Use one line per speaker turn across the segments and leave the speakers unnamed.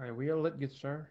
I will. Let's get started.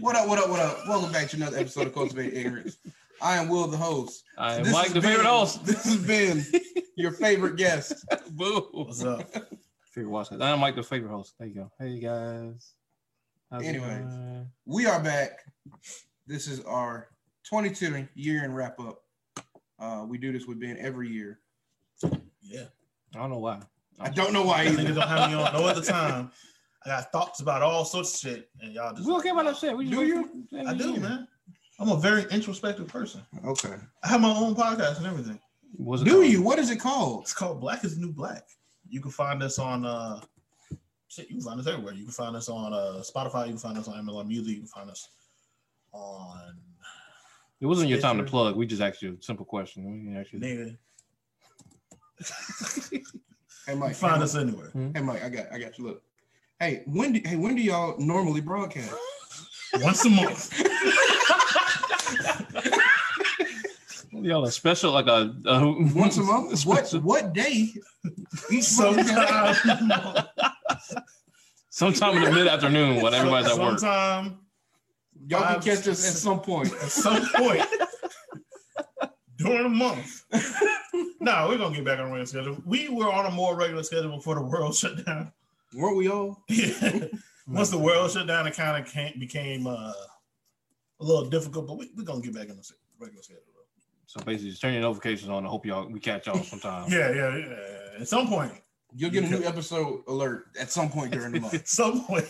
What up, what up, what up? Welcome back to another episode of Cultivated Ignorance. I am Will, the host.
I
This
Mike,
has
the favorite
been-
host.
This has been your favorite guest.
Boo.
What's up?
Figure watch that. I'm Mike, the favorite host. There you go. Hey guys. How's it
Anyways.
going?
We are back. This is our 22 year end wrap up. Uh, we do this with Ben every year.
Yeah.
I don't know why.
I don't know why
I think
either.
they don't have me on no other time. I got thoughts about all sorts of shit, and y'all just.
We don't care about that shit. We just
Do
wait
you?
for the end
I
of the
do,
year.
man. I'm a very introspective person.
Okay.
I have my own podcast and everything.
What's it
Do
called?
you? What is it called?
It's called Black is the New Black. You can find us on uh, shit. You can find us everywhere. You can find us on uh, Spotify. You can find us on MLM Music. You can find us on
It wasn't your time to
Stitcher.
plug. We just asked you a simple question. We didn't ask you-
nigga. you
Hey,
can
Mike.
find
hey,
us anywhere.
Hey, Mike. I got. I got you. Look. Hey, when do? Hey, when do y'all normally broadcast?
Once a month.
Y'all a special like a, a
Once a month. What?
special-
What day? Each
Sometime.
sometime in the mid afternoon when everybody's at work.
Sometime.
Y'all can catch us at some point.
at some point during the month. nah, we're gonna get back on a regular schedule. We were on a more regular schedule before the world shut down.
Weren't we all?
Once the world shut down, it kind of came, became uh, a little difficult, but we, we're gonna get back on the regular schedule. Bro.
So basically just turn your notifications on and hope y'all we catch y'all sometime.
Yeah, yeah, yeah. At some point,
You'll get a new episode alert at some point during the month.
at some point,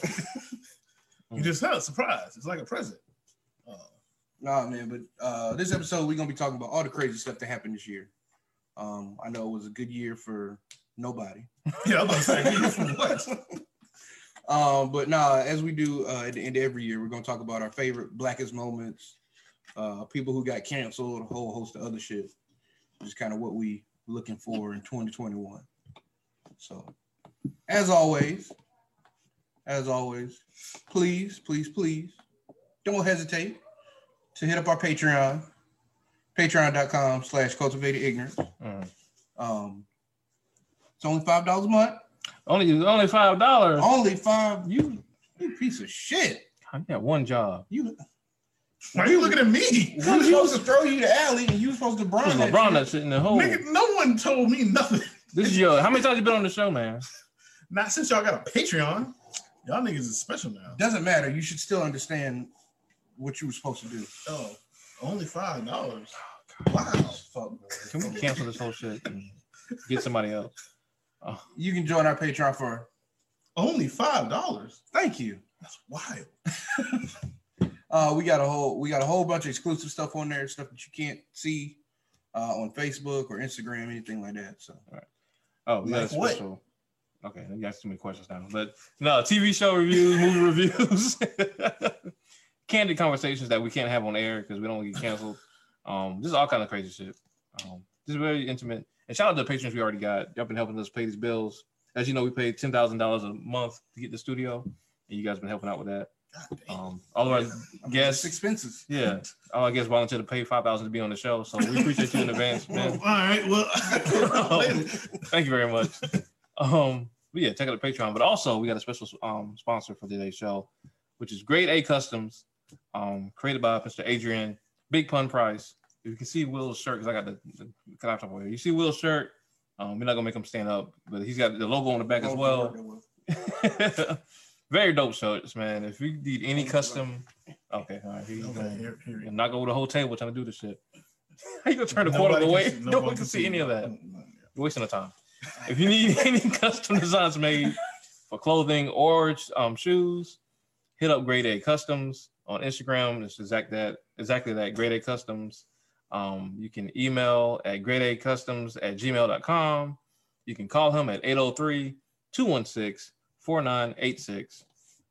you just had a surprise. It's like a present. Uh,
Nah, man, but uh, this episode we're gonna be talking about all the crazy stuff that happened this year. Um, I know it was a good year for nobody.
yeah, I'm about to say, from what?
Um, but nah, as we do uh, at the end of every year, we're gonna talk about our favorite blackest moments, uh, people who got canceled, a whole host of other shit. Just kind of what we looking for in 2021. So, as always, as always, please, please, please, don't hesitate to hit up our Patreon, Patreon.com/slash Cultivated Ignorance.
Mm.
Um, it's only five dollars a month.
Only only five dollars.
Only five.
You
You piece of shit.
I got one job.
You
Why are you looking at me?
we were supposed to throw you to alley and you were supposed to
It was
Bron. that
LeBron
shit.
that's in the hole.
Nigga, no one told me nothing.
This is your. How many times you been on the show, man?
Not since y'all got a Patreon. Y'all niggas is special now.
Doesn't matter. You should still understand what you were supposed to do.
Oh, only five dollars. Wow.
Fuck.
Can we cancel this whole shit and get somebody else?
You can join our Patreon for
Only five dollars.
thank you.
That's wild.
Uh, we got a whole we got a whole bunch of exclusive stuff on there, stuff that you can't see uh, on Facebook or Instagram, anything like that. So
Oh, we got a
Like what?
special. Okay, you got too many questions now. But no, TV show reviews, movie reviews, candid conversations that we can't have on air because we don't wanna get canceled. Um, just all kind of crazy shit. Um, this is very intimate. And shout out to the patrons we already got. Y'all been helping us pay these bills. As you know, we paid ten thousand dollars a month to get the studio, and you guys been helping out with that.
God damn.
Um, all of our
I mean,
Yes.
it's expenses.
Yeah. Oh, I guess volunteer to pay five thousand to be on the show. So we appreciate you in advance,
Well,
man.
all right. Well, later.
Thank you very much. Um, but yeah, check out the Patreon. But also, we got a special um sponsor for today's show, which is Grade A Customs, um, created by Mr. Adrian Big Pun Price. If you can see Will's shirt, because I got the, the laptop over here. You see Will's shirt. Um, we're not gonna make him stand up, but he's got the logo on the back as well. very dope shirts, man. If you need any custom, okay, all right, here you
okay,
go.
here, here.
And knock over the whole table trying to do this shit. How you gonna turn the corner of the way? No one can see any of that. You're wasting the time. If you need any custom designs made for clothing or um, shoes, hit up Grade A Customs on Instagram. It's exact that exactly that Grade A Customs. Um, you can email at grade A oh Customs at gmail.com. You can call him at 803 216 4986.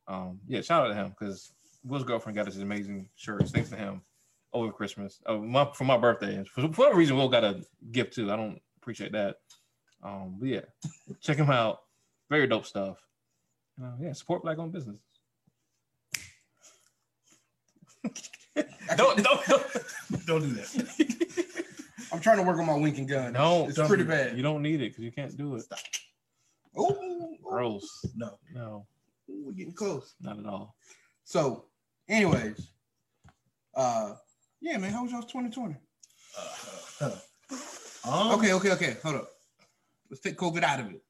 Um, yeah, shout out to him because Will's girlfriend got us this amazing shirt. Thanks to him over Christmas, uh, my, for my birthday. And For, for whatever reason, Will got a gift too. I don't appreciate that. Um, but yeah, check him out. Very dope stuff. Uh, yeah, support black owned business. don't, don't, don't.
Don't do that.
I'm trying to work on my winking gun.
No,
it's
don't
pretty
do
bad.
You don't need it because you can't do it.
Oh,
Gross.
No.
No,
we're getting close.
not at all.
So, anyways, uh, yeah, man, how was y'all's 2020?
Uh, uh, um,
Okay, okay, okay. Hold up. Let's take COVID out of it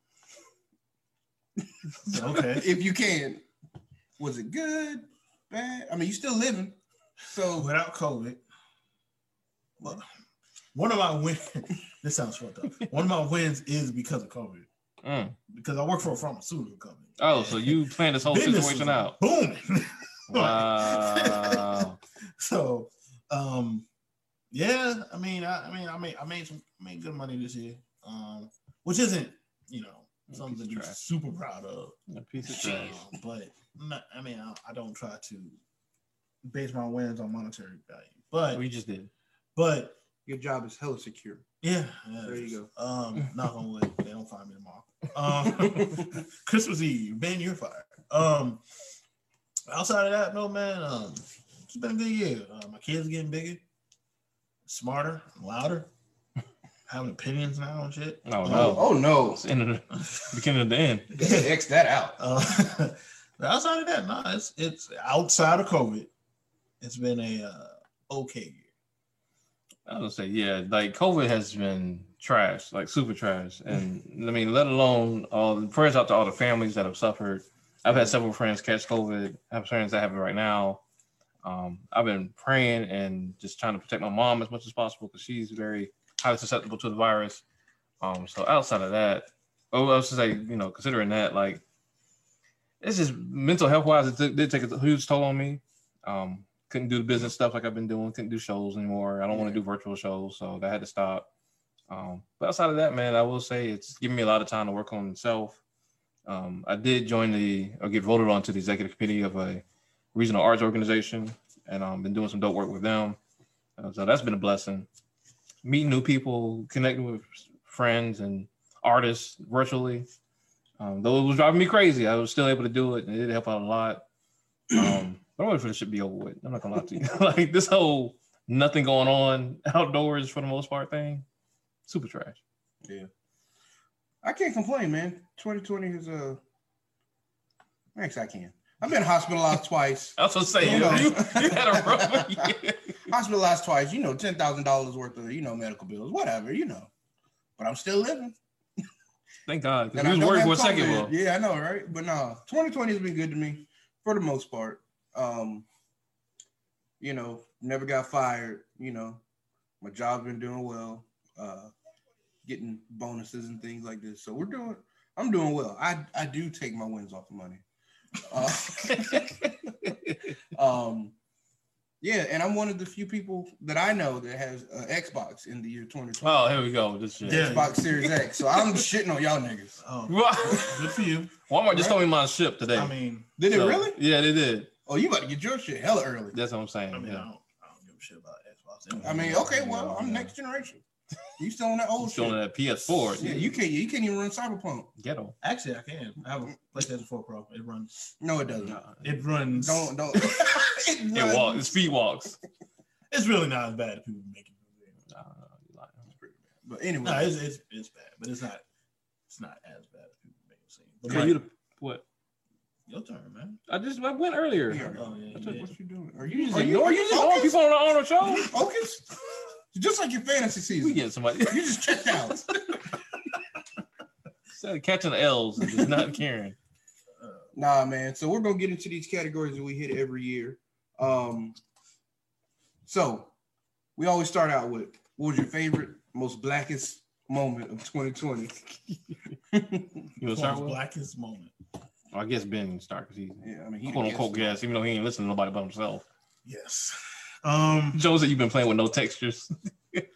um, Okay.
if you can. Was it good? Bad? I mean, you still living, so
without COVID, well, one of my wins. this sounds fucked up. One of my wins is because of COVID,
Mm.
because I work for a pharmaceutical company.
Oh, so you planned this whole
Business
situation
was
out.
booming.
Wow.
so, um, yeah, I mean, I, I mean, I made, I made some, made good money this year, um, which isn't, you know,
Piece
something
of
to be
trash.
super proud of.
A piece of trash.
Um, but not, I mean, I, I don't try to base my wins on monetary value, but
We just did.
but
your job is hella secure.
Yeah, yeah,
There you
just, Um, knock on wood, they don't find me tomorrow. Um, Christmas Eve, man, you're fired. Um, outside of that, no man, um, it's been a good year. Uh, my kids getting bigger, smarter, louder, having opinions now and shit.
Oh,
Um,
no.
Oh no,
It's in the beginning of the end.
X that out.
Uh, but outside of that, no, it's it's outside of COVID, it's been a uh, okay year.
I would say, yeah, like COVID has been trash, like super trash. And I mean, let alone all the prayers out to all the families that have suffered. I've had several friends catch COVID. I have friends that have it right now. Um, I've been praying and just trying to protect my mom as much as possible because she's very highly susceptible to the virus. Um, so outside of that, oh, I was just like, you know, considering that, like, it's just mental health wise, it took, did take a huge toll on me. Um, couldn't do the business stuff like I've been doing. Couldn't do shows anymore. I don't want to do virtual shows, so that had to stop. Um, but outside of that, man, I will say it's given me a lot of time to work on myself. Um, I did join the or get voted onto the executive committee of a regional arts organization, and I've um, been doing some dope work with them. Uh, so that's been a blessing. Meeting new people, connecting with friends and artists virtually. Um, though it was driving me crazy, I was still able to do it, and it did help out a lot. Um, but I'm waiting for this shit to be over with. I'm not gonna lie to you. like this whole nothing going on outdoors for the most part thing, super trash.
I can't complain, man. 2020 is uh, actually I can. I've been hospitalized twice.
I was gonna say
You know.
you, you had a rough year.
hospitalized twice, you know, ten thousand dollars worth of you know medical bills, whatever, you know. But I'm still living.
Thank God, because
And
we
I
was
don't
worried
have
for a second.
COVID.
Will.
Yeah, I know, right? But no, 2020 has been good to me for the most part. Um, you know, never got fired. You know, my job's been doing well. Uh, getting bonuses and things like this. So we're doing. I'm doing well. I I do take my wins off the money. Uh, um, yeah, and I'm one of the few people that I know that has uh, Xbox in the year 2020.
oh, here we go. This shit.
Yeah.
Xbox Series X. So I'm shitting on y'all niggas.
Oh,
Wa-
good for you.
Walmart just told me my ship today.
I mean,
Did it
So,
really?
Yeah, they did.
Oh, you about to get your shit hella early.
That's what I'm saying.
I mean, I,
yeah.
don't, I don't give a shit about Xbox. anyway.
I mean, okay, well, I'm
Yeah.
next generation. You still on that
I'm
old
showing
shit?
that PS4.
Yeah, you can't. You can't even run Cyberpunk.
ghetto.
Actually, I can. I have a PlayStation 4 Pro. It runs.
No, it doesn't.
It runs.
Don't don't.
It walks. It speed walks.
It's really not as bad as people make it.
Nah, you lying.
But anyway,
No, it's, it's it's bad, but it's not. It's not as bad as people make it seem. But
Yeah,
like,
you the- what?
your turn, man.
I just I went earlier.
Yeah.
Oh, yeah,
I
you
took-
did.
what you doing? Are
You
you?
just
Are you?
ignore
Are
you
you
just ignore
focused?
people on our, on our show.
Focused? Just like your fantasy
We
season.
get somebody
You just checked out.
instead of catching the L's and just not caring.
Uh,
Nah, man. So we're gonna get into these categories that we hit every year. Um, so we always start out with what was your favorite, most blackest moment of 2020?
You know, start
Paul's
with?
blackest moment.
Well, I guess Ben can start because he's
Yeah, I mean, he
quote unquote gas, even though he ain't listening to nobody but himself.
Yes. Um.
Joe said you've been playing with no textures.
hey,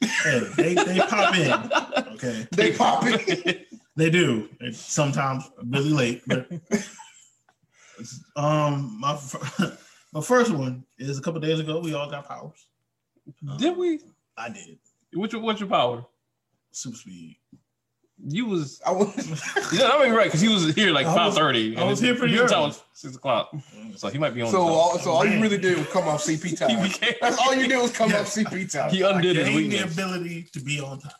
they, they pop in. Okay.
They pop it.
That's
They do. It's sometimes really late, but Um, my fir- my first one is a couple days ago. We all got powers. Um,
Did we?
I did
What's your what's your power?
super speed.
You was
I was,
yeah, I mean right because he was here like
I was-
five thirty.
I was here pretty
You
early.
was six o'clock, so he might be on.
so
the
all, so all you really did was come off CP
he
time.
became.
That's all you did was come off CP time.
He
I
undid his
gained the
weakness.
ability to be on time.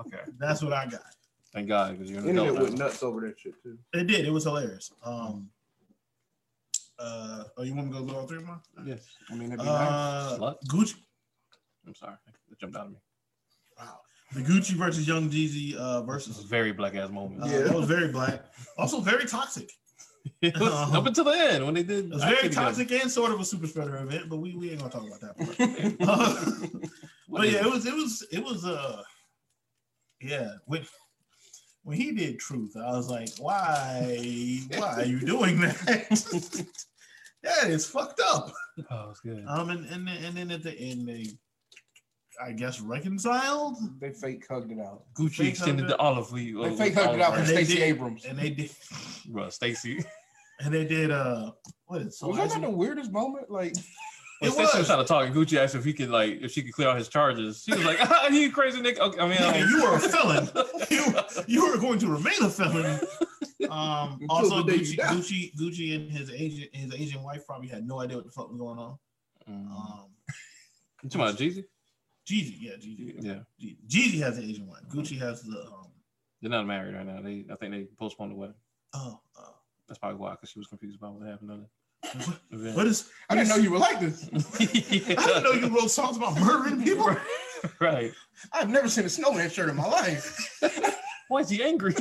Okay,
That's what I got.
thank God because you're an
Internet
adult.
went
now.
nuts over that shit too.
It did. It was hilarious. Um. Uh. Oh, you want me to go through all three of mine?
Yes,
I mean, that'd be nice.
Uh,
Slut.
Gucci.
I'm sorry, it jumped out of me.
Wow. The Gucci versus Young Jeezy uh,
This is
versus.
a very black ass moment.
Uh,
Yeah.
That was very black. Also very toxic.
It was
Um,
up until the end when they did.
It was
I
very
couldn't even-
toxic and sort of a super spreader event, but we, we ain't gonna talk about that. Part. Uh,
What
but
is
yeah,
it?
it was it was it was uh yeah when when he did truth, I was like, why why are you doing that? that is fucked up.
Oh, it's good.
Um, and and then, and then at the end they, I guess reconciled,
They fake hugged it out.
Gucci
fake
extended
hugged
the olive leaf.
They fake hugged it out for
And they
Stacey
did-
Abrams.
and they did
Bro, Stacy.
and they did uh what is
Was that not the weirdest moment? Like,
When
It
Stacey
was.
was trying to talk, and Gucci asked if he could like if she could clear out his charges. She was like, "Ah, you crazy, Nick." Okay, I mean,
Nigga,
um,
you are a felon. You, you are going to remain a felon. Um,
Until
also,
the day you
Gucci,
die.
Gucci, Gucci, and his agent, his Asian wife probably had no idea what the fuck was going on.
mm.
Um,
you talking about Jeezy?
Jeezy, yeah, Jeezy,
Yeah,
Jeezy, Jeezy has an Asian wife. Gucci has the um,
they're not married right now. They, I think they postponed the wedding.
oh, uh,
That's probably why, because she was confused about what happened on
what,
the event.
what is?
I didn't know you were like this.
I didn't know you wrote songs about murdering people.
right?
I've never seen a snowman shirt in my life.
Why is he angry?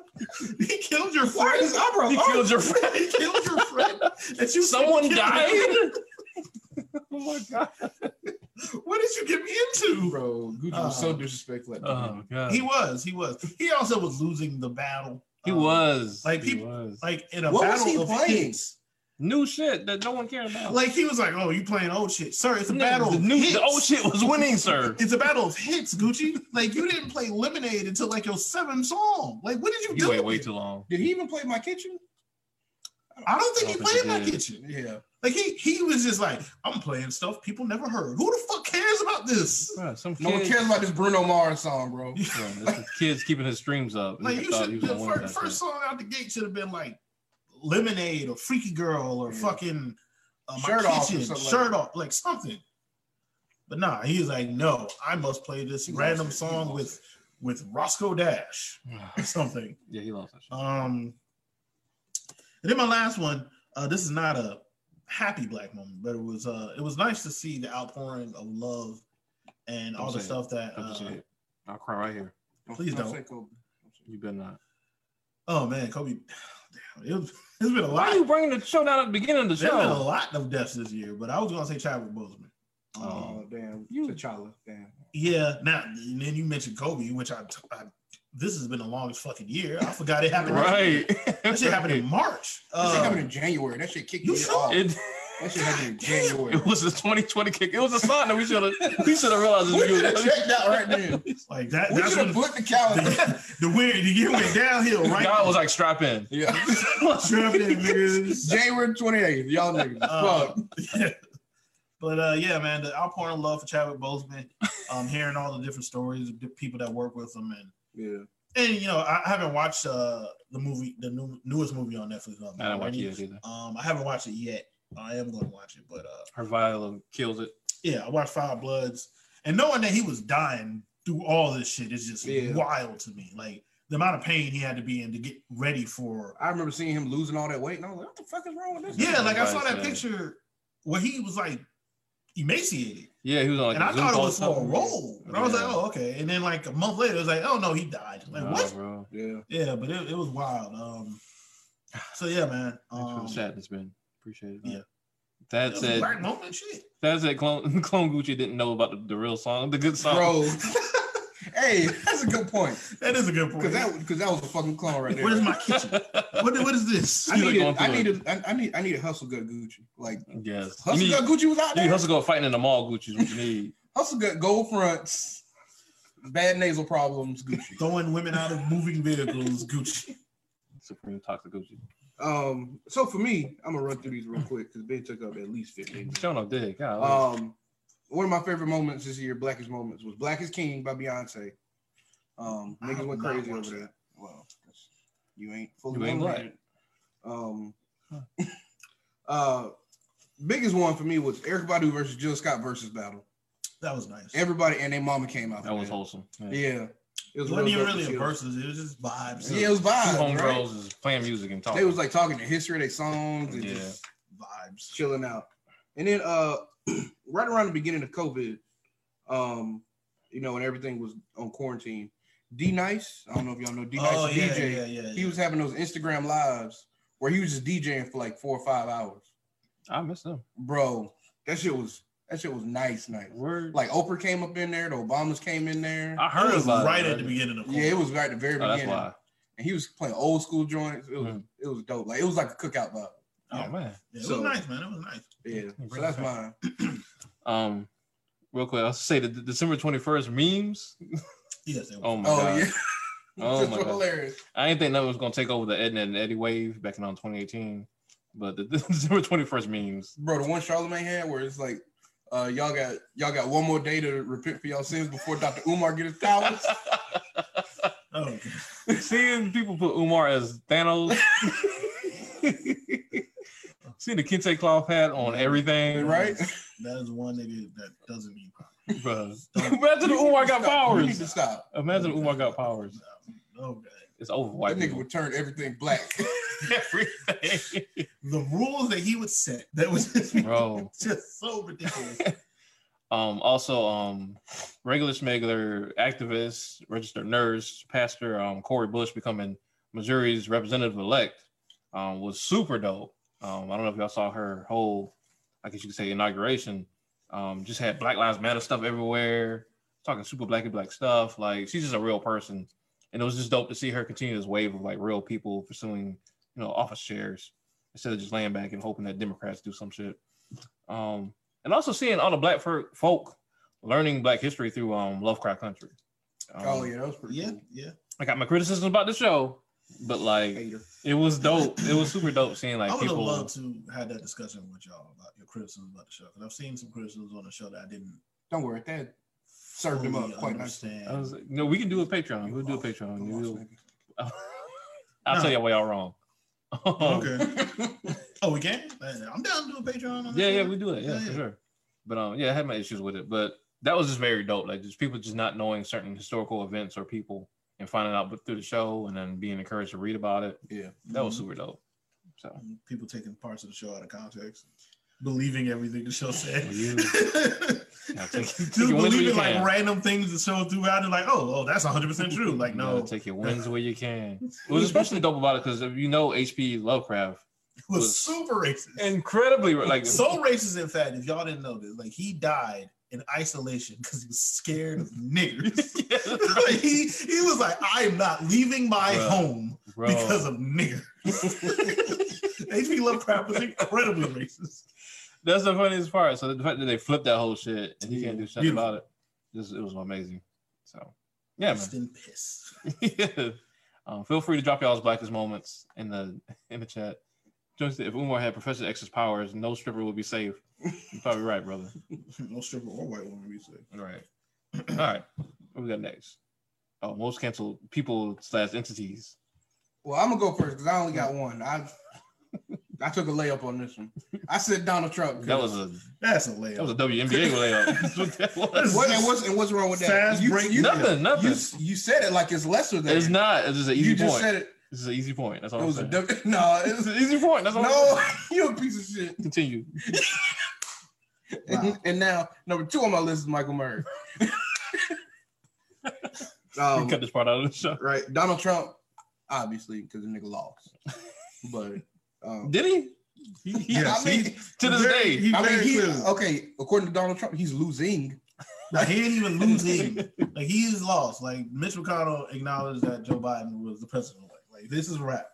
he killed your
Why
friend.
is opera?
he
art?
killed your friend.
he killed your friend. That you
Someone
killed.
died. oh my god.
What did you Uh-huh. get me into?
Bro, Gucci was so disrespectful. At the
Oh
beginning.
god.
He was. He was. He also was losing the battle.
He
Um,
was
like,
he
people-
was.
like in a
What was
battle
he
of
playing?
hits.
new shit that no one cared about.
Like he was like, "Oh, you playing old shit, sir? It's a
Nigga,
battle.
The,
of
new,
hits.
the old shit was winning, sir.
It's a battle of hits, Gucci. Like you didn't play Lemonade until like your seventh song. Like what did you
You
do?
wait way too long.
Did he even play my kitchen?
I don't think
I
he
don't
played
think he
my
did.
kitchen.
Yeah.
Like he he was just like, "I'm playing stuff people never heard. Who the fuck cares about this?
Bruh, some
No one
kids,
cares about this Bruno Mars song, bro.
Bruh, there's some kids keeping his streams up. and
Like
he
you
thought
should
he was
the
gonna win
first,
that
first
shit.
song out the gate should have been like Lemonade or Freaky Girl or
Yeah.
fucking uh, my
Shirt Off or
kitchen,
something like
shirt
that.
off, like something." But nah, he was like, "No, I must play this
He lost
random
it. He
song
lost
with." with Roscoe Dash or something.
yeah, he lost that shit.
Um, and then my last one. Uh, this is not a happy black moment, but it was. Uh, it was nice to see the outpouring of love and all
Don't
the
say it.
stuff that.
Don't say
Uh,
it. I'll cry right here.
Please don't.
say Kobe.
You better not.
oh man, Kobe. Damn, it was, it's been a
Why
lot.
are you bringing the show down at the beginning of the
There's been a
show?
lot of deaths this year, but I was gonna say Chadwick Boseman. Um,
Oh.
Oh, damn.
You-
T'Challa. Damn.
Yeah. Now, and then you mentioned Kobe, which I, I. This has been the longest fucking year. I forgot it happened.
Right.
That shit happened in March.
That shit happened
Uh,
in January. That shit kicked
you
me
sure?
off.
It,
That shit happened in January.
it was the 2020 kick. It was a sign that we should have we should have realized.
we
this
should
was-
have checked out right then.
like that.
We
that's
should
when
have put the calendar.
the, the weird the year went downhill, right?
God was like strap in.
yeah.
Strapped in, niggas.
January 28th. Y'all niggas.
Uh,
Fuck.
But uh, yeah, man, the outpouring love for Chadwick Boseman, um, hearing all the different stories of the people that work with him, and
Yeah.
and you know, I, I haven't watched uh, the movie, the new, newest movie on Netflix. um,
I didn't watch
already.
it either.
Um, I haven't watched it yet. I am going to watch it, but uh,
Her violin kills it.
yeah, I watched Five Bloods, and knowing that he was dying through all this shit is just
Yeah.
wild to me. Like the amount of pain he had to be in to get ready for
I remember seeing him losing all that weight, and I was like, "What the fuck is wrong with this?"
Yeah, like I saw
Everybody
that
said.
picture where he was like emaciated,
Yeah, he was on like
and
a
I
Zoom
thought it
call
was
or
for a
something.
role. And I was
Yeah.
like, oh okay. And then like a month later, it was like, oh no, he died. Like
Nah,
what?
bro.
Yeah,
Yeah, but it, it was wild. Um, so yeah, man.
Thanks for
Um,
the chat. It's been appreciated. man.
yeah. it
That
was a
said,
black moment, shit.
that said, clone, clone Gucci didn't know about the, the real song, the good song.
bro. hey, that's a good point
That is a good point.
because that because that was a fucking clone right there.
Where's my kitchen? what, what is this?
I
He's like
needed,
going through
I
it.
needed, I, I need, I need a hustle gut Gucci. Like
yes, you
hustle
need,
gut Gucci was out
you
there. Hustle,
need hustle go fighting in the mall. Gucci's what you need.
gut gold fronts, bad nasal problems. Gucci.
Throwing women out of moving vehicles, Gucci.
Supreme Toxicoochie.
Um, so for me, I'm gonna run through these real quick because Ben took up at least 15 minutes.
Showing up dick. God, I
Oh,
love
Um, one of my favorite moments this year, Blackest Moments, was Black is King by Beyonce. Um,
I
niggas
have
went
not
crazy
watched
over that. Well, that's- you ain't fully
You ain't
blown
black.
yet. Um,
Huh.
uh, biggest one for me was Eric Badu versus Jill Scott versus battle.
That was nice.
Everybody and their mama came out.
it. that
for
was wholesome. Yeah.
Yeah, it
it
was
wasn't even
dope to
really
see
a
them.
versus. It was just vibes.
Yeah, it was
Two
vibes.
homegirls
Right?
is playing music and talking.
They was like talking the history of their songs and
Yeah.
just
vibes.
chilling out. And then uh right around the beginning of COVID, um, you know, when everything was on quarantine, D Nice, I don't know if y'all know D Nice
oh yeah,
DJ.
yeah, yeah, yeah.
He was having those Instagram lives where he was just DJing for like four or five hours.
I miss them.
Bro, that shit was that shit was nice, nice.
Word.
Like Oprah came up in there, the Obamas came in there.
I heard
It was
about it,
right
but I
at the
didn't-
beginning of
Yeah, it was right at the very
Oh, that's
beginning.
why.
And he was playing old school joints. It was
Mm.
it was dope. Like it was like a cookout vibe.
Yeah.
Oh man.
Yeah, it
So-
was nice, man. It was nice.
Yeah.
Bring
So
it
that's
back.
mine.
Um, real quick, I'll say the the December twenty first memes.
Yes, it was.
Oh my
Oh
god.
yeah.
Oh,
Just
my God.
hilarious.
I didn't think nothing was gonna take over the Edna and Eddie wave back in on 2018, but the, December 21st memes.
bro. The one Charlemagne had where it's like, uh, y'all got y'all got one more day to repent for y'all sins before Dr. Umar get his powers.
Oh, okay.
Seeing people put Umar as Thanos. Seeing the kente cloth hat on everything,
Right?
that is one nigga that doesn't mean proper.
Bruh. Imagine if Umar got
You need
powers.
to stop.
Imagine if Umar got powers.
Okay.
It's over,
That
white
nigga
people. Oh.
would turn everything black.
Everything,
The rules that he would set that was just,
bro.
just so ridiculous.
Um, also, um, regular smuggler, activist, registered nurse, pastor, um, Corey Bush becoming Missouri's representative elect, um, was super dope. Um, I don't know if y'all saw her whole, I guess you could say, inauguration. Um, just had Black Lives Matter stuff everywhere, talking super black and black stuff. Like she's just a real person, and it was just dope to see her continue this wave of like real people pursuing, you know, office chairs instead of just laying back and hoping that Democrats do some shit. Um, and also seeing all the black fo- folk learning black history through um Lovecraft Country. Um,
oh yeah, that was pretty
yeah,
cool.
yeah.
I got my criticisms about the show, but like
Hater.
it was dope. It was super dope seeing like
I would
people.
have loved to have that discussion with y'all about your criticisms about the show. Because I've seen some criticisms on the show that I didn't
Don't worry, that served him
fully
up quite nice.
understand.
I was, no, we can do a Patreon.
You
We'll do a
lost.
Patreon.
You
We'll-
lost,
I'll
No.
tell you why y'all wrong.
Oh,
Oh.
okay.
nigga.
Oh, we can? I'm down to do a Patreon on
yeah,
this
yeah,
one.
we do it. Yeah,
Yeah,
for
yeah.
sure. But um, yeah, I had my issues with it, but that was just very dope. Like just people just not knowing certain historical events or people and finding out through the show and then being encouraged to read about it.
yeah.
That
Mm-hmm.
was super dope. So
And people taking parts of the show out of context, believing everything the show said.
Well, you- Now take-
Just
take your wins where you
believing like
can.
random things the show threw out and like, oh, oh, that's 100 percent true. Like,
you gotta
no,
take your wins where you can. It was especially dope about it because you know H.P. Lovecraft
it was super racist.
incredibly like
so racist, in fact, if y'all didn't know this, like he died in isolation because he was scared of niggers.
Yeah,
like, he he was like, I am not leaving my
Bruh.
home
bro.
because of niggers. H.P. Lovecraft was incredibly racist.
That's the funniest part. So the fact that they flipped that whole shit and he can't do shit
Beautiful.
about it, just it was amazing. So yeah,
Rest in piss.
man. um, feel free to drop y'all's blackest moments in the in the chat. Jones said, if Umar had Professor X's powers, no stripper would be safe. You're probably right, brother.
no stripper or white woman, we say.
All right. All right. What we got next? Oh, most canceled people slash entities.
Well, I'm gonna go first because I only got one. I I took a layup on this one. I said Donald Trump.
That was a
That's a layup.
that was a WNBA layup. That's what that was.
what, and what's and what's wrong with that?
Fast
you,
break-
you,
nothing, nothing.
you, you said it like it's lesser than
it's not. It's just an easy
you just
point.
said it.
This is an easy point. That's all.
It
I'm
was a
saying.
dumb- no. It
It's
was,
an easy point. That's all. I'm
no,
saying.
you a piece of shit.
Continue.
And, and now number two on my list is Michael Murray.
we
um,
cut this part out of the show.
right, Donald Trump, obviously, because the nigga lost. But um,
Did he? He- he-
Yeah.
I mean,
To this
Very-
day.
he
I mean,
very
he,
clearly-
okay, according to Donald Trump, he's losing.
Like, he didn't even lose him. Like he is lost. Like Mitch McConnell acknowledged that Joe Biden was the president. Like, like this is rap.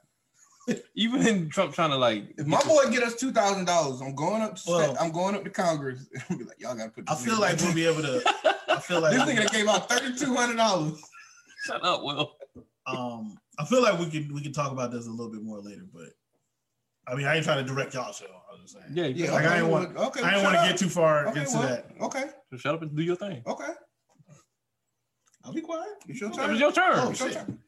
Even in Trump trying to like.
If my boy get us two thousand dollars, I'm going up. To,
Well-
I'm going up to Congress. and be like, y'all gotta put.
I
This
feel
nigga
like
back."
we'll be able to. I feel
this
like
nigga that gave out thirty two hundred dollars.
Shut up, Will.
um I feel like we could we could talk about this a little bit more later, but I mean, I ain't trying to direct y'all show. I was just saying.
Yeah, yeah.
Yeah,
Like, I
okay,
didn't want-
well, okay,
I didn't
shut
want to
up.
get too far
okay,
into
well,
that.
Okay,
So shut up and do your thing.
okay.
I'll be quiet.
It's your
It
turn.
was your turn.
Oh,
It's your
shit.
turn.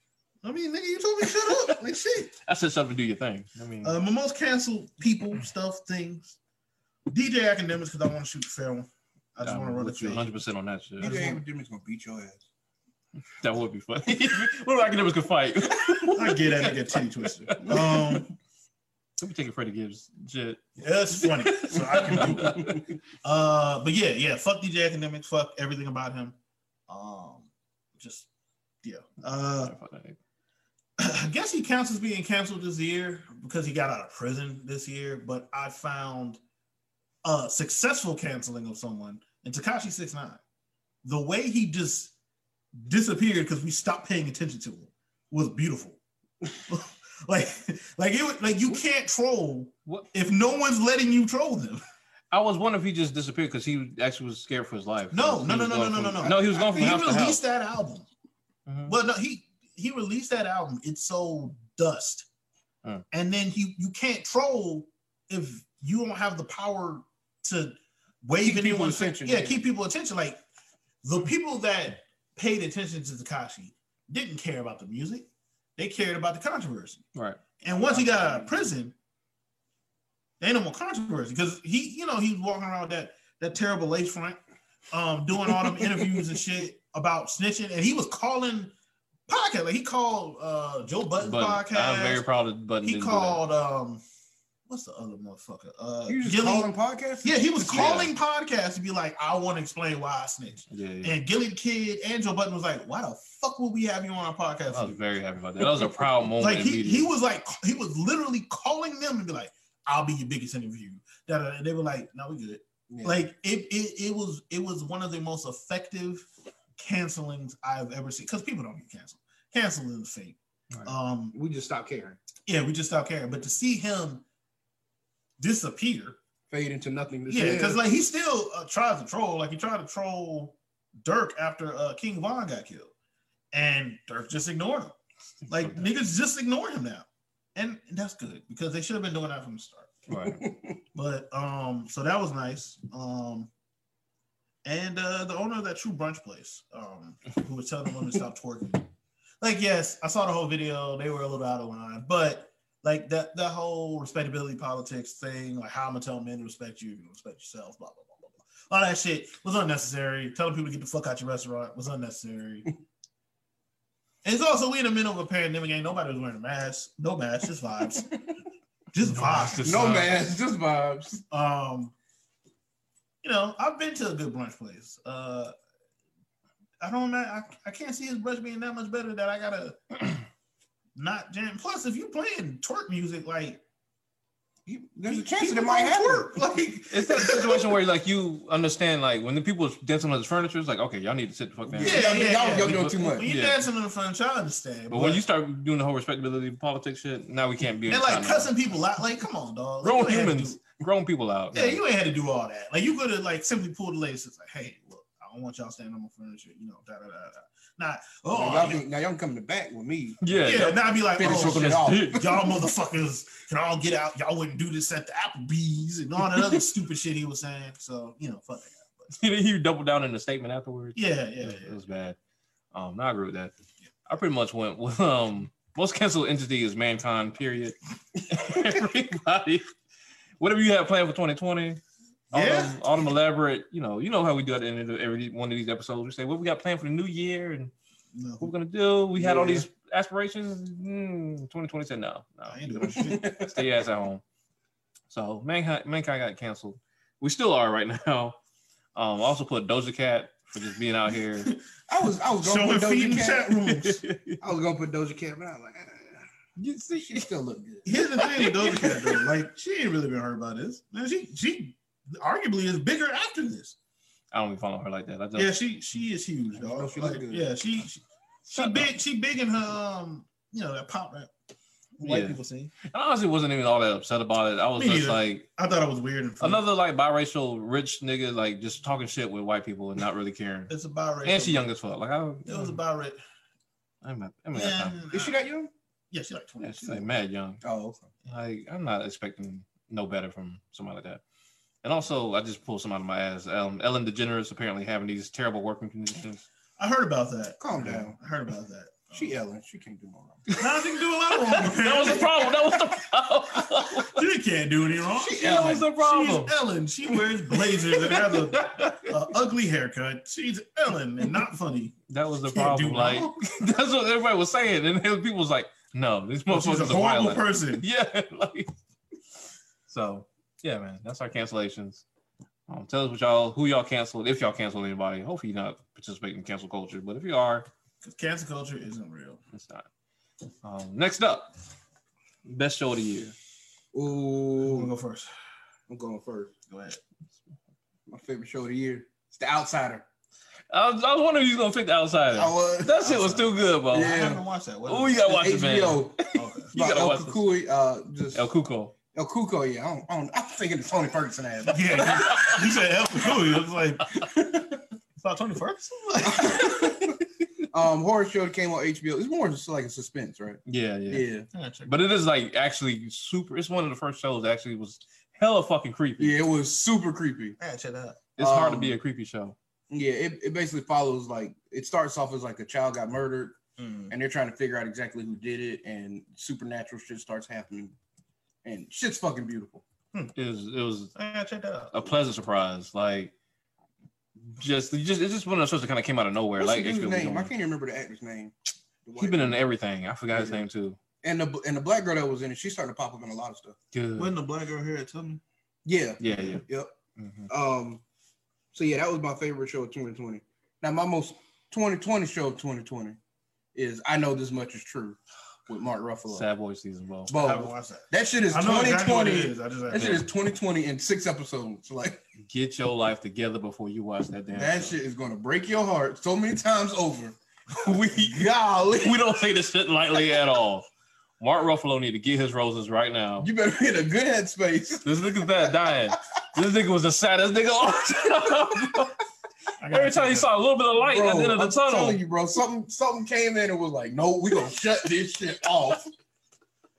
I mean, nigga, you told me shut up. Like shit.
I said shut up and do your thing. I mean,
Uh, my most canceled people, stuff, things. DJ Academics because I want to shoot the fair one. I just want to run the
you
fail.
100 percent on that shit.
just
DJ
want-
Jimmy's gonna beat your ass.
That would be funny. what if academics could fight?
I get that nigga titty twisted. Um,
Let me take a Freddie Gibbs jet.
that's funny. So I can do. Uh, but yeah, yeah. Fuck DJ Academics. Fuck everything about him. Um, just yeah. Uh, I guess he counts as being canceled this year because he got out of prison this year. But I found a successful canceling of someone in Takashi Six Nine. The way he just disappeared because we stopped paying attention to him was beautiful. like, like it was like you can't troll
What?
if no one's letting you troll them.
I was wondering if he just disappeared because he actually was scared for his life.
No,
He
no, no,
was
no,
going
no, no,
from-
no, no.
No, he was going from
He
house to house.
released that album.
Mm-hmm.
Mhm.
Well, no, he he released that album. It sold dust,
Mm.
and then you you can't troll if you don't have the power to wave
Keep people
anyone's
attention,
Yeah,
yeah. Mm-hmm.
keep people attention. Like the people that paid attention to Takashi didn't care about the music; they cared about the controversy.
Right.
And once he got out of prison, there ain't no more controversy because he, you know, he was walking around with that that terrible lace front, um, doing all them interviews and shit about snitching, and he was calling podcast like he called uh Joe Button
But
podcast.
I'm very proud of Button.
he
didn't do
called um, what's the other motherfucker? Uh,
You just
Gilly-
calling podcasts?
yeah, he was
Yeah.
calling podcasts to be like, I want to explain why I snitched.
that. Yeah, yeah.
And Gilly the Kid and Joe Button was like, Why the fuck would we have you on our podcast?
I
to
was
do?"
very happy about that. That was a proud moment.
like he,
immediately.
he was like he was literally calling them and be like, "I'll be your biggest interview." Da, da, da. They were like, "No, we good."
Yeah.
Like it, it it was it was one of the most effective cancelings I've ever seen because people don't get canceled. Canceling is fake.
Right.
Um,
we just stopped caring.
yeah, we just stopped caring. But to see him disappear,
Fade into nothingness.
yeah, because like he still uh, tries to troll. Like he tried to troll Dirk after uh, King Von got killed, and Dirk just ignored him. Like niggas just ignore him now, and that's good because they should have been doing that from the start.
Right.
But um, so that was nice. Um, and uh, the owner of that True Brunch place, um, who was telling them to stop twerking. Like, yes, I saw the whole video. They were a little out of line, but like that that whole respectability politics thing, like how I'm gonna tell men to respect you, if you don't respect yourself, blah blah blah blah blah. All that shit was unnecessary. Telling people to get the fuck out your restaurant was unnecessary. And It's also we in the middle of a pandemic. Ain't nobody was wearing a mask. No mask, just vibes. Just uh,
No
vibes.
mask, just
no
vibes.
man, it's just vibes.
Um, you know, I've been to a good brunch place. Uh, I don't, ma- I, I can't see his brunch being that much better that I gotta not jam. Plus, if you playing twerk music, like
You- There's a
people
chance that it might
gonna
happen.
twerk, Like,
It's that situation where like you understand like when the people was dancing on his furniture, it's like okay, y'all need to sit the fuck down.
Yeah,
y'all,
yeah,
y'all,
yeah.
y'all doing too
when
much.
you
Yeah.
dancing in the front, I understand.
But when you start doing the whole respectability politics shit, now we can't be in
they're
the
like
time.
cussing people out, like, come on, dog. Like,
grown
you ain't had to
humans, grown people out.
do- yeah, you ain't had to do all that. Like, you could have like simply pulled the laces, like, hey, look, I don't want y'all standing on my furniture, you know, da da da da. Not, oh,
now,
I
y'all
mean-
can, now y'all can come in the back with me.
yeah.
yeah, now I'd be like,
Finish
oh,
your
Choking
shit
his
off.
dick.
y'all motherfuckers can all get out. Y'all wouldn't do this at the Applebee's and all that other stupid shit he was saying. So you know, fuck that. guy.
he doubled down in the statement afterwards.
Yeah, yeah,
It
yeah.
was bad. Um, no, I agree with that. I pretty much went with um most canceled entity is mankind, period. Everybody. Whatever you have planned for 2020, all,
Yeah.
them, all them elaborate, you know, you know how we do at the end of every one of these episodes. We say what we got planned for the new year and what
No,
we're gonna do. We had all
Yeah.
these aspirations. Mm, 2020 said no, no,
I ain't doing shit.
stay your ass at home. So mankind, mankind got canceled. We still are right now. Um, I also put Doja Cat for just being out here.
I was I was gonna
Showing
put
feet in
Doja
chat
Cat.
rooms.
I was gonna put Doja Cat, but I was like, eh,
you
she
see,
still look good.
Here's the thing with Doja Cat though, like she ain't really been hurt by this. Now she she arguably is bigger after this.
I don't even follow her like that. I just
Yeah, she she is huge,
No,
dog.
she look
Like,
good.
yeah, she she, she
Shut
big she big in her um you know that pop rap white
Yeah.
people sing.
I honestly wasn't even all that upset about it. I was
Me
just
neither.
like
I thought it was weird and funny.
another like biracial rich nigga like just talking shit with white people and not really caring.
it's a biracial.
And she young as fuck. Like I,
It was a biracial.
I'm not. I'm not.
Yeah,
Is she that young?
Yeah, she's like 20.
Yeah, she's like mad young.
Oh, okay.
Like I'm not expecting no better from somebody like that. And also, I just pulled some out of my ass. Um, Ellen DeGeneres apparently having these terrible working conditions.
I heard about that.
Calm down.
I heard about that.
She
Um,
Ellen. She can't do no wrong.
Nah, she can do a lot wrong.
that was the problem. That was the
She can't do any wrong.
She
Ellen. That was the problem.
She's Ellen. She wears blazers and has a,
problem.
a ugly haircut. She's Ellen and not funny.
that was the
Can't do
problem. Like
wrong.
that's what everybody was saying, and then people was like, "No,
she's
these
a
motherfuckers are
horrible
violent."
person.
yeah, like so. Yeah, man, that's our cancellations. Um, tell us what y'all who y'all canceled if y'all canceled anybody. Hopefully, you're not participating in cancel culture, but if you are,
Cancer culture isn't real.
it's not. Um, next up, best show of the year.
Who wanna
Ooh,
go first?
I'm going first.
Go ahead.
My favorite show of the year. It's The Outsider.
I was, I was wondering if you was gonna pick the outsider.
I was.
that shit was too good, bro.
I
Yeah.
haven't watched that. What is
Oh,
it?
you gotta watch it, man.
HBO.
Okay.
You
gotta
El
watch this.
Cucuy, uh, just
El Cuco.
El Cuco. Yeah, I don't, I don't, I'm thinking it's Tony Ferguson ass.
Yeah, you- you said help It was like it's not Tony Ferguson.
um, horror show that came on HBO. It's more just like a suspense, right?
Yeah, yeah,
Yeah,
But it is like actually super. It's one of the first shows that actually was hella fucking creepy.
yeah. It was super creepy.
Yeah, check that out.
It's hard to
Um,
be a creepy show.
Yeah, it, it basically follows like it starts off as like a child got murdered
Mm.
and they're trying to figure out exactly who did it and supernatural shit starts happening and shit's fucking beautiful.
It was, it was
Yeah, check that out.
a pleasant surprise. Like, just, just it's just one of those shows that kind of came out of nowhere.
What's
like,
the
it's
dude's
really
name? I
going.
can't remember the actor's name. The
he's
white-
been in everything. I forgot his
Yeah.
name too.
and the and the black girl that was in it, she's starting to pop up in a lot of stuff.
Good.
When the black girl here tell me.
Yeah,
yeah, yeah.
yep.
Mhm.
Um, so yeah, that was my favorite show of 2020. Now my most 2020 show of 2020 is I know this much is true with Mark Ruffalo.
Sad boy season, bro.
Bo,
I haven't watched that.
that shit is
I know
2020.
exactly what it is. I just
That shit is 2020 in six episodes. Like
Get your life together before you watch that damn.
that
show.
shit is gonna break your heart so many times over.
we
Golly,
we don't say this shit lightly at all. Mark Ruffalo need to get his roses right now.
you better be in a good headspace.
This nigga's that dying. This nigga was the saddest nigga. all time.
I gotta
Every time
check
he
that
saw a little bit of light
Bro,
at the end of the
I'm
tunnel.
telling you, bro, something something came in and was like, no, we gonna shut this shit off,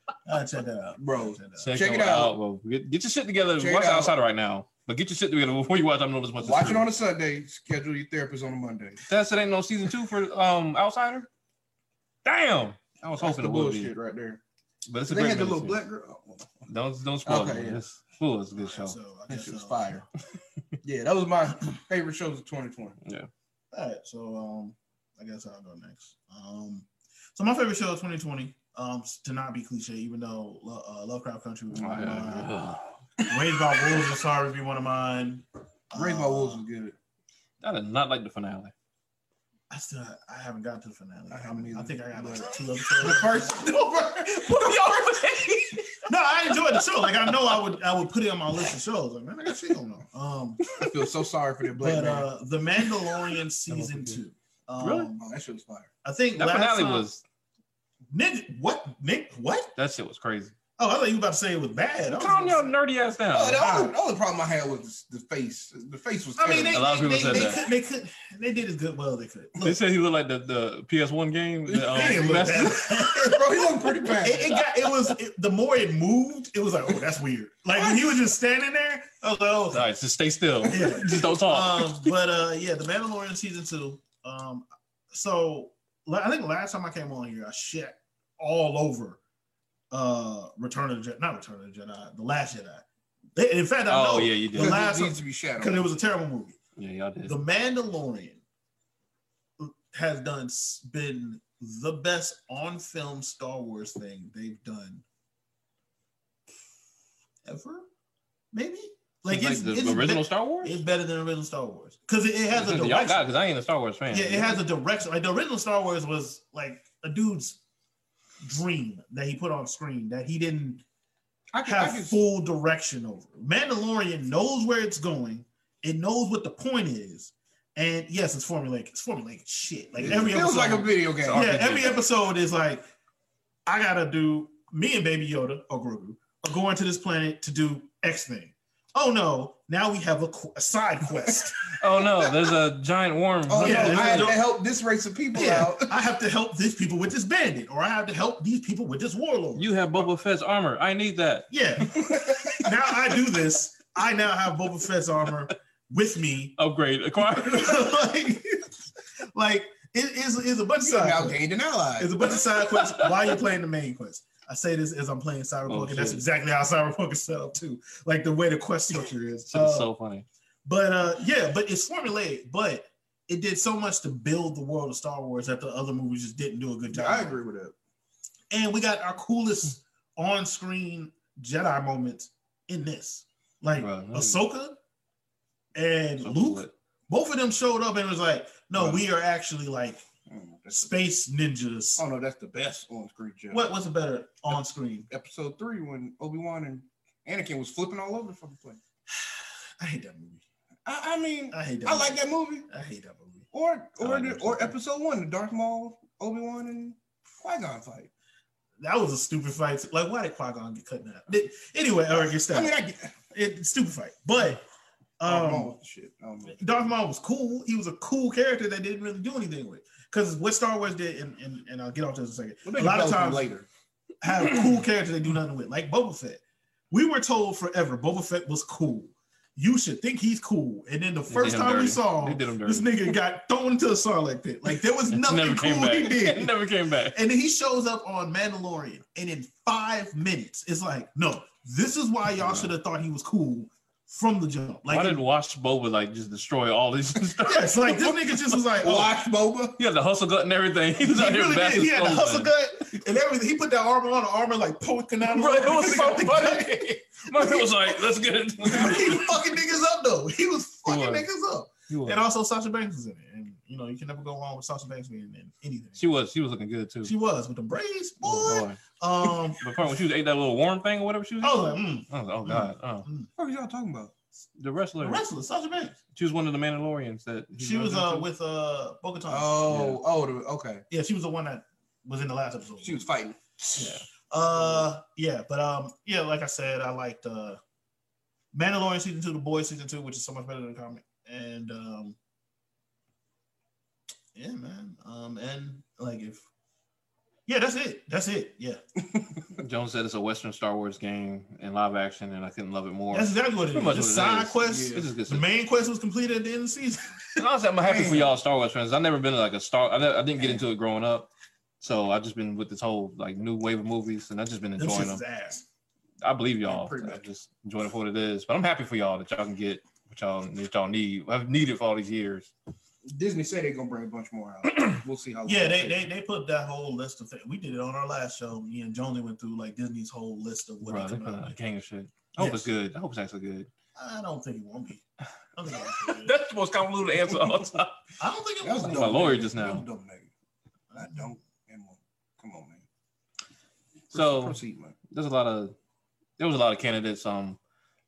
out. I check that out.
bro.
Check that out.
Check,
Check
it
it
out.
out.
bro. Get, get your shit together.
Check it
watch
out.
outside right now. But get your shit together before you watch. I'm not as much. as
Watch it
Scrooge.
on a Sunday. Schedule your therapist on a Monday.
That's it. Ain't no season two for um Outsider. Damn. I was
That's
hoping
the
it would be,
bullshit right there.
but it's a
They
great
had the little
miniseries.
black girl. Oh,
Don't don't spoil
Okay,
it.
yeah.
It's, ooh, it's a good show.
So I
That
guess
shit was
um,
fire. yeah, that was my favorite shows of 2020.
All right, so um, I guess I'll go next. Um, so my favorite show of 2020, um, s- to not be cliche, even though Lo- uh, Lovecraft Country was one of mine,
Ugh.
Raised by Wolves and Sorry would be one of mine.
Raised by
Uh,
Wolves was good.
I did not like the finale.
I still I haven't got to the finale.
I
I,
haven't either.
I think I got like
But-
two
The
episodes.
first,
no, I enjoyed the show. Like I know I would I would put it on my list of shows. Like man, I got shit going on. Um,
I feel so sorry for that black
but
man.
uh, The Mandalorian season two. Um,
Really?
oh, that shit was fire.
I think
That
last
finale
time-
was
Nick. What Nick? What?
that shit was crazy.
Oh, I thought you were about to say it was bad. I was
Calm
gonna
your
say-
nerdy ass down.
Oh, the, only, the only problem I had was the face. The face was.
I mean, they,
A
terrible.
lot of
they-
people said
they,
that.
Could, they could. They did as good well as they could.
They
Look,
said he looked like the, the PS1 game.
Oh,
The, um,
they didn't look
Master-
bad.
bro, he looked pretty bad.
It, it got. It was. It, the more it moved, it was like, oh, that's weird. Like when he was just standing there. I was like, oh,
All right, just stay still.
Yeah.
Just don't talk.
um, but uh, yeah, the Mandalorian season two. Um, so la- I think last time I came on here, I shit all over uh Return of the Jedi, not Return of the Jedi, The Last Jedi. They- in fact, I
oh
know
yeah, you
the
did.
last
Because it
one-
needs to be
because
shadowed.
it was a terrible movie.
Yeah, y'all did.
The Mandalorian has done s- been the best on film Star Wars thing they've done ever, maybe. Like
Like
it's,
the
it's
the original
be-
Star Wars.
it's better than original Star Wars because it, it has a
Y'all
direction.
got because I ain't a Star Wars fan.
Yeah, it has a direction. Like the original Star Wars was like a dude's dream that he put on screen that he didn't
I can, I
have
can,
full direction over. Mandalorian knows where it's going. It knows what the point is. And yes, it's formulaic. It's formulaic shit. Like every
it feels
episode,
like a video game.
yeah,
RPG.
every episode is like, I gotta do. Me and Baby Yoda or Grogu are going to this planet to do X thing. Oh no! Now we have a, qu- a side quest.
Oh no, there's a giant worm.
Oh
Yeah,
no,
this
I
is
had
dope.
to help this race of people
yeah,
out.
I have to help these people with this bandit, or I have to help these people with this warlord.
You have Boba Fett's armor. I need that.
yeah. now I do this. I now have Boba Fett's armor with me.
Upgrade acquired.
like, like it is is a bunch of
You
side
now
quests.
gained an ally.
It's a bunch of side quests while you're playing the main quest. I say this as I'm playing Cyberpunk,
Oh,
and that's
shit.
exactly how Cyberpunk is set up too. Like the way the quest structure is.
Shit is
Uh,
so funny.
But uh, yeah, but it's formulaic. But it did so much to build the world of Star Wars that the other movies just didn't do a good job.
I agree with that.
And we got our coolest on-screen Jedi moments in this, like
Bro, no.
Ahsoka and
So
Luke.
good.
Both of them showed up and was like, "No,
Right.
we are actually like
Mm, that's-
space ninjas."
Oh no, that's the best on screen job.
What was a better on-screen?
episode three when Obi Wan and Anakin was flipping all over the fucking place?
I hate that movie.
I, I mean,
I hate that.
I
movie.
like that movie.
I hate that movie.
Or
I
or
like
the,
that
or
too.
episode one, the Darth Maul, Obi Wan and Qui Gon fight.
That was a stupid fight. Like, why did Qui Gon get cut in half? Did- Anyway, all right, get
I
started.
mean, I Oh, get
it, stupid fight. But
Darth Maul
um,
was the shit. I don't know.
Darth Maul was cool. He was a cool character that didn't really do anything with. Because what Star Wars did, and, and, and I'll get off this in a second,
We'll make
a lot of
Belkin
times-
later.
have a cool character they do nothing with, like Boba Fett. We were told forever Boba Fett was cool. You should think he's cool. And then the
They
first
did him
time we
dirty.
saw
they
him,
did him dirty.
this nigga got thrown into a Sarlacc pit. Like there was
It
nothing
never
cool
came back.
he
It
did.
never came back.
And then he shows up on Mandalorian, and in five minutes, it's like, no, this is why y'all
Wow.
should have thought he was cool from the jump. Like,
Why did Watch Boba like just destroy all this stuff?
yes, like this nigga just was like, oh,
Watch Boba.
He had the hustle gut and everything. He was
he
out here
really did.
bashing
He had the
souls,
hustle
man.
gut and everything. He put that armor on, the armor like poking out.
Bro, it was so
He
funny. My man was like, let's get it.
he fucking niggas up though. He was fucking
was.
niggas up.
She was.
And uh, also, Sasha Banks is in it, and you know you can never go wrong with Sasha Banks being in anything.
she was. She was looking good too.
She was with the braids, boy.
Oh, boy.
Um,
But part when she was ate that little worm thing or whatever she was.
I
eating,
was like, mm,
I was like, oh god. Oh.
What are y'all talking about?
The wrestler.
the wrestler Sasha Banks.
She was one of the Mandalorians that he
She was uh
into.
with uh Bogota.
Oh, oh, the, okay.
yeah, she was the one that was in the last episode.
She was fighting.
Yeah.
Uh, yeah, but um, yeah, like I said, I liked uh, Mandalorian season two, The Boys season two, which is so much better than the comic, and um, yeah, man, um, and like if, yeah, that's it, that's it, yeah,
Jones said it's a Western Star Wars game in live action, and I couldn't love it more.
that's exactly what it
Pretty
is.
much
Just
what it
side
is.
quests.
It's just good
The
stuff.
main quest was completed at the end of the season.
And honestly, I'm happy for
Damn.
y'all Star Wars fans. I've never been like a Star. I, never, I didn't get
Damn.
into it growing up, so I've just been with this whole like new wave of movies, and I've just been
Them
enjoying
shits
them.
is ass.
I believe y'all.
Pretty
I
much.
just enjoying it for what it is. But I'm happy for y'all that y'all can get what y'all that y'all need. I've needed for all these years.
Disney said they're gonna bring a bunch more out. we'll see how. long
Yeah,
it
they, they
takes.
they put that whole list of things. We did it on our last show. Me and Jonesy went through like Disney's whole list of what.
Bro,
they
they
come
put
out
out a
with.
gang of shit. I hope
Yes.
it's good. I hope it's actually good.
I don't think it won't be. I don't think it won't be.
That's the most convoluted answer of all time.
I don't think it
That was
was.
a
be.
dope
My lawyer
nigga.
just now.
That was a dope nigga. I don't. and won't. Come on, man.
So-
proceed, man.
There's a lot of there was a lot of candidates. Um,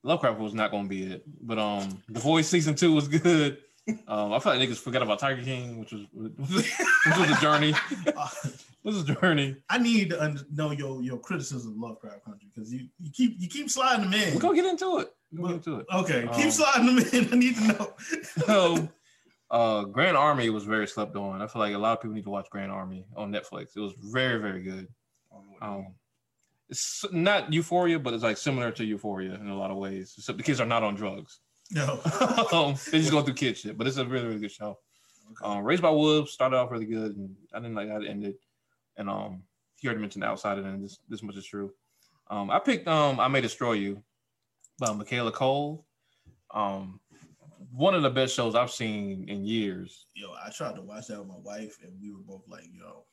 Lovecraft was not going to be it, but um, The Voice season two was good. Um, I feel like niggas forgot about Tiger King, which was which was a journey.
Uh,
This is a journey.
I need to un- know your your criticism of Lovecraft Country because you, you keep you keep sliding them
We're
in.
gonna get into it. We're gonna get into it.
Okay,
Um,
keep sliding them in. I need to know.
So, Um, uh, Grand Army was very slept on. I feel like a lot of people need to watch Grand Army on Netflix. It was very, very good.
I don't know what-
Um, it's not Euphoria, but it's like similar to Euphoria in a lot of ways. Except the kids are not on drugs.
No.
um, they just go through kid shit. But it's a really, really good show. Um, Raised by Wolves started off really good, and I didn't like how it ended. And um, he already mentioned Outsider, and this this much is true. Um, I picked um, I May Destroy You by Michaela Cole. Um, one of the best shows I've seen in years.
Yo, I tried to watch that with my wife, and we were both like, "Yo,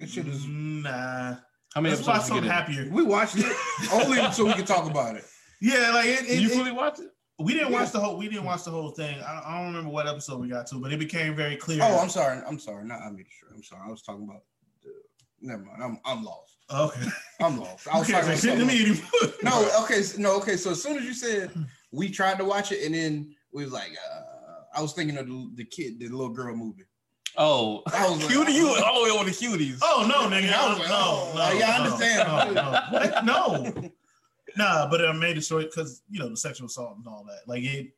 That shit is.
nah."
How many
Let's watch
episodes did you
something
get? in?
happier.
We watched it only so we could talk about it.
Yeah, like it. it,
you
it-
fully watched it?
we didn't
Yeah.
watch the whole. We didn't watch the whole thing. I, I don't remember what episode we got to, but it became very clear.
Oh, I'm sorry. I'm sorry. Not I made sure. I'm sorry. I was talking about. The, never mind. I'm I'm lost.
okay.
I'm lost. I was
Okay,
talking
so
about
shit to
something
me anymore.
No, okay, s- no, okay. So as soon as you said we tried to watch it, and then we was like, uh, I was thinking of the, the kid, the little girl movie.
Oh,
I was like, uh,
cutie, you was all the way on the cuties.
Oh no, nigga!
I was
no,
like,
no,
oh, yeah, I
no,
understand.
No, no. What? no. Nah, but I made it short because you know the sexual assault and all that. Like it,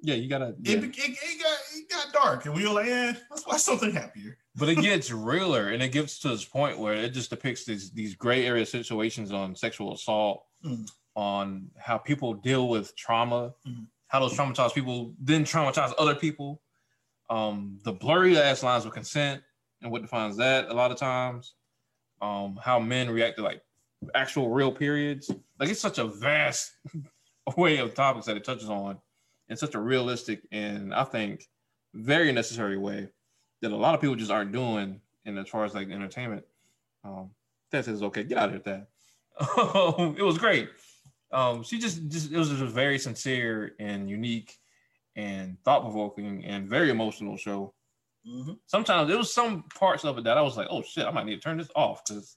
Yeah, you gotta.
it,
yeah.
be- it, it got it got dark, and we were like, eh, let's watch something happier.
but it gets realer, and it gets to this point where it just depicts these these gray area situations on sexual assault,
Mm.
on how people deal with trauma,
Mhm.
how those traumatized people then traumatize other people, um, the blurry ass lines with consent and what defines that a lot of times, um, how men react to like actual real periods. Like it's such a vast way of topics that it touches on in such a realistic and I think very necessary way that a lot of people just aren't doing in as far as like entertainment. Um, that says okay, get out of that. it was great. Um, she just just it was just a very sincere and unique and thought provoking and very emotional show.
Mm-hmm.
Mhm.
Sometimes there was some parts of it that I was like, oh shit, I might need to turn this off because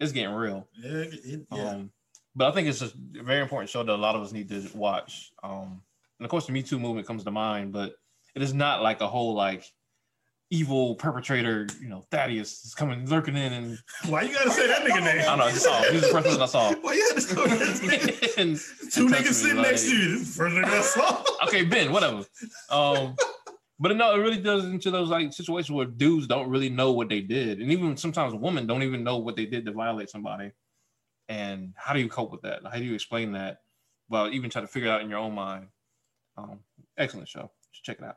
it's getting real.
Yeah, it, it- yeah.
Um, but I think it's just a very important show that a lot of us need to watch. Um, and of course, the Me Too movement comes to mind, but it is not like a whole like evil perpetrator, you know, Thaddeus is coming lurking in, and
Why you gotta say that nigga name?
I don't know, I just saw him. He was the first person I saw.
Why you had to go this nigga?
And-
Two niggas
It touched me,
sitting
like-
next to you. This is the first nigga I saw.
okay, Ben, whatever. Um, but no, it really does into those like situations where dudes don't really know what they did, and even sometimes women don't even know what they did to violate somebody. And how do you cope with that? How do you explain that? Well, even try to figure it out in your own mind. Um, excellent show. Just check it out.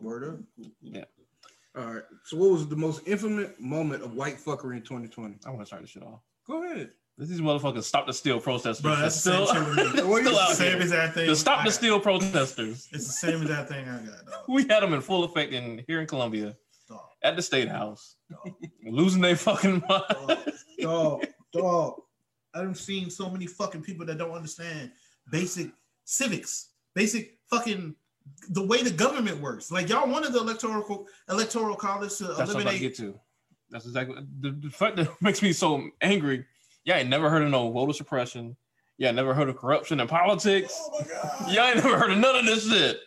Word up.
Yeah.
All right. So, what was the most infamous moment of white fuckery in 2020?
I want to start this shit off.
Go ahead.
This these motherfuckers stop the steal protesters.
Bro, that's the
still,
same shit with me.
still
It's the
out
same
here.
exact thing.
The stop
I
the
got.
steal protesters.
It's the same exact thing I got, dog.
We had them in full effect in here in Columbia
Dog,
at the state house,
dog,
losing their fucking mind.
dog, dog, dog. I done seen so many fucking people that don't understand basic civics, basic fucking the way the government works. Like y'all wanted the electoral electoral college to
That's what I'm about to
eliminate
get to. That's exactly the, the fact that makes me so angry. Yeah, I ain't never heard of no voter suppression. Yeah, I never heard of corruption in politics.
Oh my god.
Yeah, I ain't never heard of none of this shit.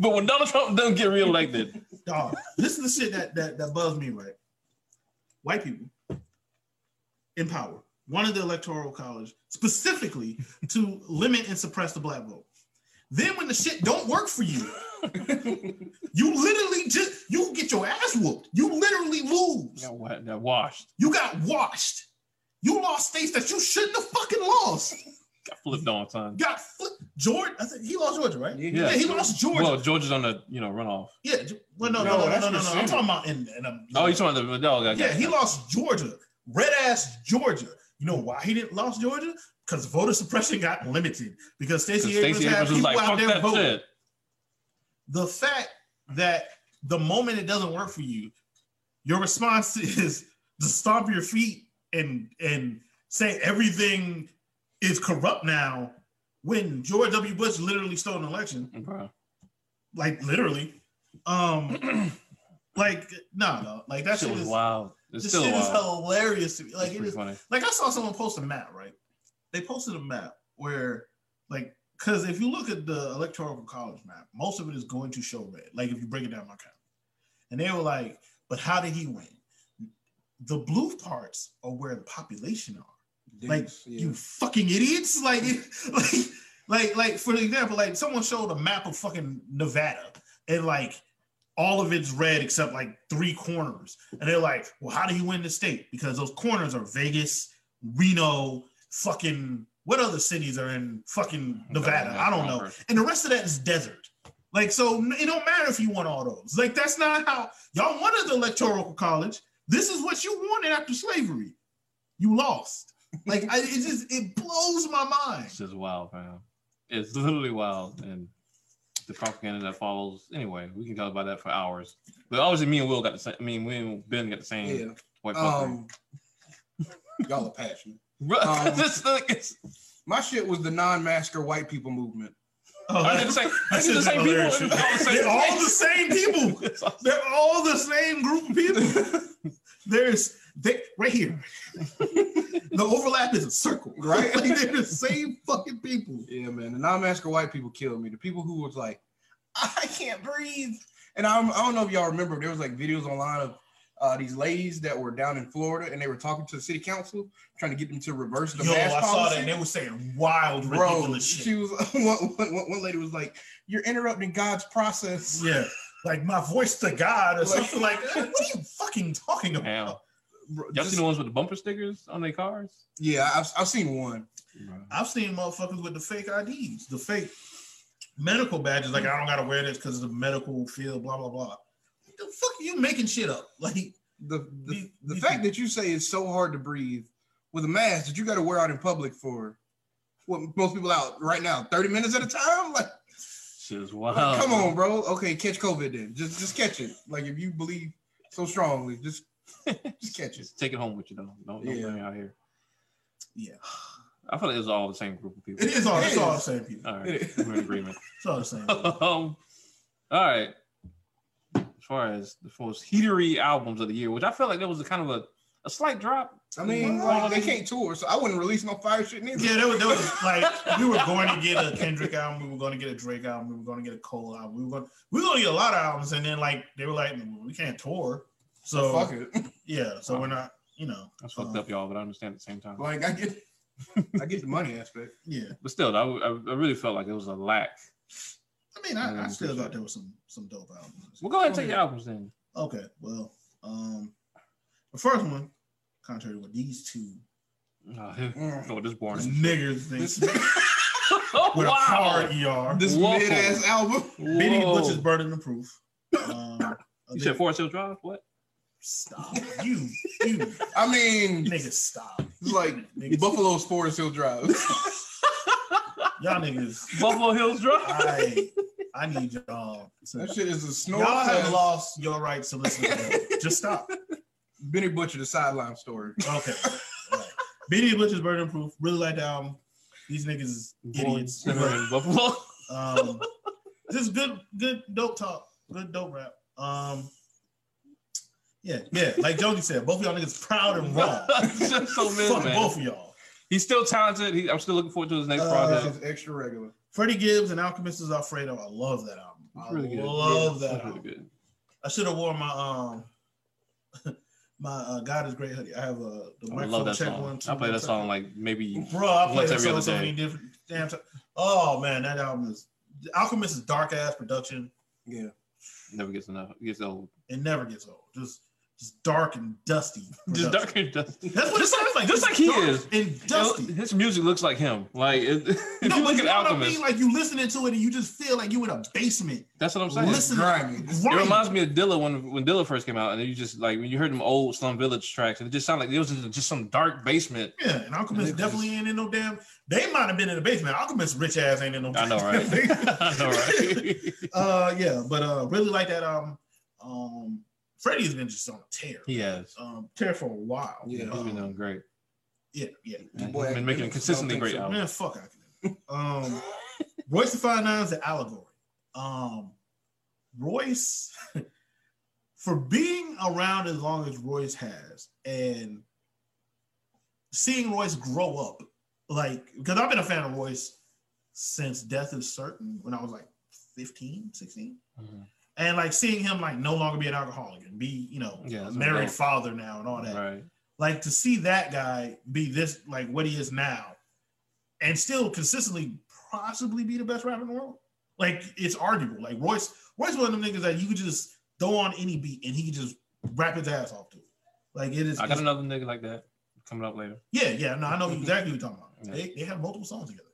But when Donald Trump doesn't get reelected,
Dog, this is the shit that that that bugs me, right? White people in power wanted the electoral college specifically to limit and suppress the black vote. Then when the shit don't work for you, you literally just you get your ass whooped. You literally lose.
got, wa- got washed,
You got washed. You lost states that you shouldn't have fucking lost.
got flipped on, son.
Got foot Georgia. I think he lost Georgia, right?
Yeah.
Yeah, he lost Georgia.
Well, Georgia's on the you know runoff.
yeah. Ge- Well, no, no,
No,
no, no,
that's
no, no, no.
the
I'm
Senate.
talking about in. in a,
Oh, you talking about the dog? I got
Yeah, he lost Georgia, red ass Georgia. You know why he didn't lost Georgia? Because voter suppression got limited. Because Stacey Abrams
Stacey
had
Abrams was
people
like,
out
"Fuck
there
that
voting.
shit."
The fact that the moment it doesn't work for you, your response is to stomp your feet and and say everything is corrupt now. When George W. Bush literally stole an election,
Bro.
like literally, um, like no, no, like that
shit
shit
was
is
wild. It's
this
still
shit is
wild.
hilarious to me. Like
it's
it
pretty
is
funny.
like I saw someone post a map, right? They posted a map where, like, because if you look at the electoral college map, most of it is going to show red. Like if you break it down by count, and they were like, "But how did he win?" The blue parts are where the population are. Like,
yeah.
You fucking idiots! Like, it- like, like, like for example, like someone showed a map of fucking Nevada, and like all of it's red except like three corners, and they're like, "Well, how do you win the state?" Because those corners are Vegas, Reno, fucking what other cities are in fucking Nevada? I don't know, and the rest of that is desert. Like, so n- it don't matter if you won all those. Like, that's not how y'all wanted the electoral college. This is what you wanted after slavery. You lost. Like, I, it just it blows my mind.
It's just wild, fam. It's literally wild, and the propaganda that follows. Anyway, we can talk about that for hours. But obviously, me and Will got the same. I mean, we and Ben got the same.
yeah.
White um,
Um, y'all are passionate. um,
it's, it's,
My shit was the non-masker white people movement.
Oh,
are they the same? Are they the
just
same people?
hilarious. They're all the same people.
It's all-
They're all the same group of people. There's they right here. the overlap is a circle, right? Like they're the same fucking people.
Yeah, man. The non-masker white people killed me. The people who was like, I can't breathe. And I'm, I don't know if y'all remember, there was like videos online of uh, these ladies that were down in Florida and they were talking to the city council trying to get them to reverse the
Yo, I
mask
saw
policy.
that and they were saying wild,
Bro,
ridiculous
she
shit.
was one, one, one lady was like, "You're interrupting God's process."
Yeah, like my voice to God or
Like-
something like that. What are you fucking talking about?
Damn.
Bro,
Y'all
just-
seen the ones with the bumper stickers on their cars?
yeah, I've, I've seen one.
I've seen motherfuckers with the fake IDs, the fake medical badges. Like I don't gotta wear this because of the medical field. Blah blah blah. The fuck are you making shit up? Like
The the,
Me-
the
me
fact
too.
that you say it's so hard to breathe with a mask that you got to wear out in public for what most people out right now, thirty minutes at a time, like.
Shit was
Like,
wild.
come on, bro. Okay, catch COVID then. Just just catch it. Like if you believe so strongly, just just catch it.
Just take it home with you though. Don't, don't
Yeah.
bring it out here.
yeah,
I feel like it was all the same group of people.
it is all
It
it's all the
is.
same people.
All right,
It is.
we're in agreement.
It's all the same. people.
um, all right. As far as the most heatery albums of the year, which I felt like there was a kind of a, a slight drop.
I mean,
Well,
like, they can't tour, so I wouldn't release no fire shit neither.
Yeah, that was, that was like we were going to get a Kendrick album, we were going to get a Drake album, we were going to get a Cole album, we were going we were going to get a lot of albums, and then like they were like we can't tour, so
Fuck it.
yeah, so we're not you know
That's fucked up, y'all, but I understand at the same time.
Like I get I get the money aspect.
yeah.
But still, I, I I really felt like it was a lack.
I mean,
Yeah,
I, I
I'm
still
pretty
thought
sure.
there was some some dope albums.
Well, go ahead and
Go
take
ahead.
your albums then.
Okay, well, um, the first one, contrary to what these two
Oh,
Mm.
this boring. Oh,
niggers think
This,
with a hard er,
this
Whoa.
mid ass album.
Benny the Butch
Whoa.
is burden of proof. Um,
You said Forest Hill Drive? What?
stop you, you
I mean,
niggas stop.
like
Niggas,
Buffalo's Forest Hill Drive.
y'all niggas.
Buffalo Hills Drive?
I I need y'all.
That
To,
shit is a snore.
y'all have
fest.
lost your right to listen. to that. Just stop.
Benny Butcher, the sideline story.
Okay. Right. Benny the Butch is burden of proof. Really like that album. These niggas is
Born
idiots.
Center in Buffalo.
Um, this is good, good dope talk, good dope rap. Um, yeah, yeah. Like Jody said, both of y'all niggas proud and raw.
Just so
Fuck
mad, man.
both of y'all.
He's still talented. He, I'm still looking forward to his next
Uh,
This
project.
is extra regular.
Freddie Gibbs and Alchemist is Alfredo. I love that album.
It's
I
really good.
love that
It's
album.
really good.
I should have worn my um my uh, God is great hoodie. I have a the
I
microphone
love that
check
song.
one.
I
two,
play
one,
that
two.
song like maybe
Bro, I
once
played that
every
song
other
so
day.
many different damn times. Oh man, that album is Alchemist is dark ass production.
Yeah.
never gets enough. It gets old.
It never gets old. Just just dark and dusty.
Just dark and dusty.
That's what it
Just
sounds like.
just like he
dark
is.
And
It-
dusty.
His music looks like him. Like it, if
No, but
you look at
know what I
Alchemist,
mean? like you listening to it and you just feel like you in a basement.
that's what I'm saying.
Listen,
Grimy.
It
right.
reminds me of Dilla when when Dilla first came out, and you just like when you heard them old Slum Village tracks, and it just sounded like it was just, just some dark basement.
Yeah, and Alchemist
Niggas
definitely ain't in no damn. They might have been in the basement. Alchemist rich ass ain't in no.
I know,
damn
right?
basement.
I know, right?
uh, yeah, but uh, really like that. Um, um, Freddie's been just on a tear.
he has.
Um, tear for a while.
Yeah,
He's been doing
um,
great.
yeah, yeah.
And
Boy,
he's been making
I
a consistently
don't think
great
so.
album.
Man, fuck academic. Um, Royce the Five Nines, the allegory. Um, Royce, for being around as long as Royce has, and seeing Royce grow up, like because I've been a fan of Royce since Death is Certain when I was like 15, 16.
Mhm.
and like seeing him like no longer be an alcoholic and be you know
Yeah,
a
that's
married
dope.
father now and all that
Right.
like to see that guy be this like what he is now and still consistently possibly be the best rapper in the world like it's arguable like royce royce one of them niggas that you could just throw on any beat and he could just rap his ass off to it like it is
I got another nigga like that coming up later.
yeah yeah no i know exactly what you're talking about
Yeah.
they, they have multiple songs together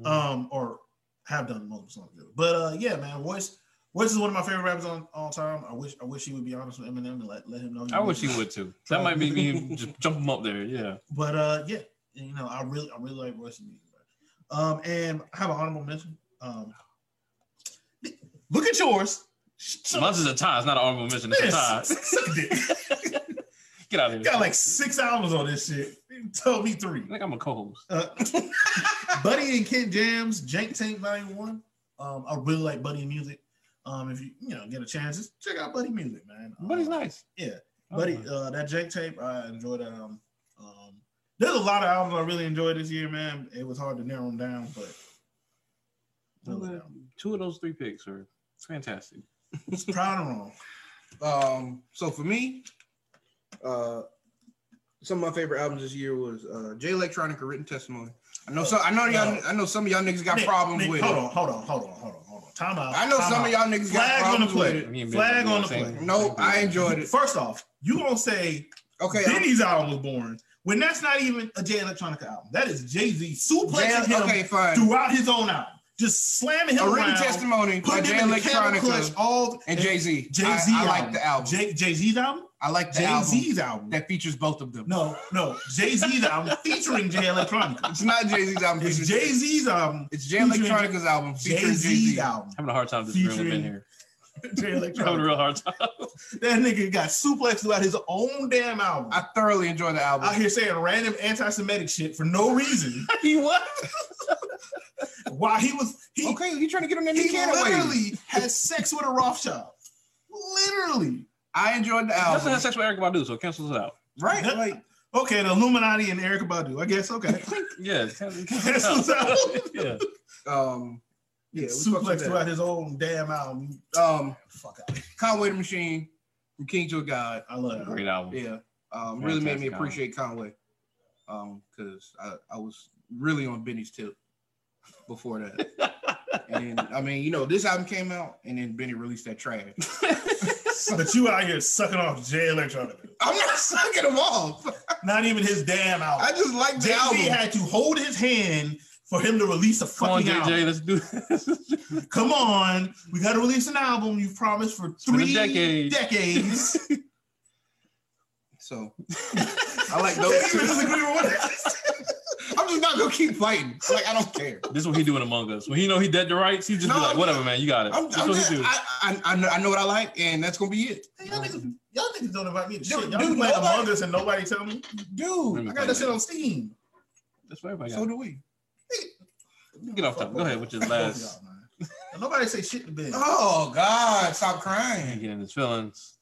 Mhm.
um or have done multiple songs together but uh yeah man royce royce is one of my favorite rappers on all time i wish i wish he would be honest with eminem and let, let him know
I wish he would too. That might make me just jump him up there. Yeah.
But uh, yeah, you know, I really, I really like Royce's music. Um, and I have an honorable mention. Um, look at yours. Shut
Mine's is a tie. It's not an honorable mention. It's a
this.
tie.
Suck a dick.
Get out of here.
Got like six albums on this shit. Tell me three.
I think I'm a co-host.
Uh, Buddy and Kent Jams, Jank Tank Volume One. Um, I really like Buddy music. Um, if you you know get a chance, just check out Buddy music, man.
But he's
Um,
nice.
Yeah.
I
Buddy,
don't know.
uh, that Jake tape, I enjoyed that album. Um, there's a lot of albums I really enjoyed this year, man. It was hard to narrow them down, but
Well, the- Two of those three picks are fantastic.
it's proud and wrong.
Um, so for me, Uh, some of my favorite albums this year was uh, J Electronica, Written Testimony. I know some. I know y'all. I know some of y'all niggas got
Nick,
problems
Nick,
with.
Hold
it.
on, hold on, hold on, hold on, hold on. Time out.
I know
time
some
out.
of y'all niggas got
Flags on the
problems with
play.
it.
Me and Ben
Flag
were
on the
saying-
play.
No, I enjoyed it.
First off, you gonna say
Okay, I'm-
Benny's album was boring when that's not even a Jay Electronica album. That is Jay Z suplexing
Jay-
him
okay, fine.
throughout his own album, just slamming him
A written
around,
testimony by
putting
Jay
him in the camera clutch.
Electronica
All
and Jay Z.
Jay Z.
I, I like the album.
Jay Z's album.
I like the
Jay
album
Z's album.
that features both of them.
No, no, Jay Z's album featuring Jay Electronica.
It's not Jay Z's album.
It's
featuring-
Jay Z's album.
It's Jay
featuring-
Electronica's album
Jay
featuring Jay
Z's
Z.
album.
Having a hard time just reeling Ben
Featuring-
here.
Jay
Having a
Electronica.
real hard time.
That nigga got suplexed throughout his own damn album.
I thoroughly enjoy the album.
out here saying random anti-Semitic shit for no reason.
he what?
While he was he
okay, you trying to get him that
he
new can away?
literally had sex with a Rothschild. Literally.
I enjoyed the
Justin
album.
had sex with Eric Badu, so cancels it out.
Right? Like,
Okay, the Illuminati and Erica Badu. I guess okay.
Yeah, it cancels
Cancels
it out.
out.
yeah.
um, yeah, we fucked with
Suplex
that.
throughout his own damn album.
Um,
Fuck out.
Conway the Machine from King to a God.
I love it.
Great album.
Yeah. Um, really made me
Fantastic album.
appreciate Conway. Um, because I, I was really on Benny's tip before that. and I mean, you know, this album came out and then Benny released that trash.
But you out here sucking off Jay Electronica.
I'm not sucking him off.
Not even his damn
I
album.
just like the
Jay
album.
Z had to hold his hand for him to release a
Come on,
fucking album.
JJ, let's do this.
Come on, we got to release an album you promised for
been a
three
decade.
decades.
So I like those.
You disagree
two.
with what I said.
I'm just not gonna keep fighting. Like I don't care.
This is what he doing Among Us. When he know he dead to rights, he just
No,
be like,
I'm
whatever, man, you got it.
I'm,
That's
I'm
what
just,
he do.
I, I, I, know, I know what I like, and that's gonna be it,
Hey, y'all, niggas, y'all niggas don't invite me to shit.
Dude,
Y'all
dude,
be playing
nobody-
Among Us and nobody tell me.
dude.
Remember
I got that shit on Steam.
That's what everybody
So
got.
do we.
Get off topic. Go ahead with your
Fuck
last.
y'all, man. And Nobody say shit to Ben.
Oh God, stop
He
crying.
getting his feelings.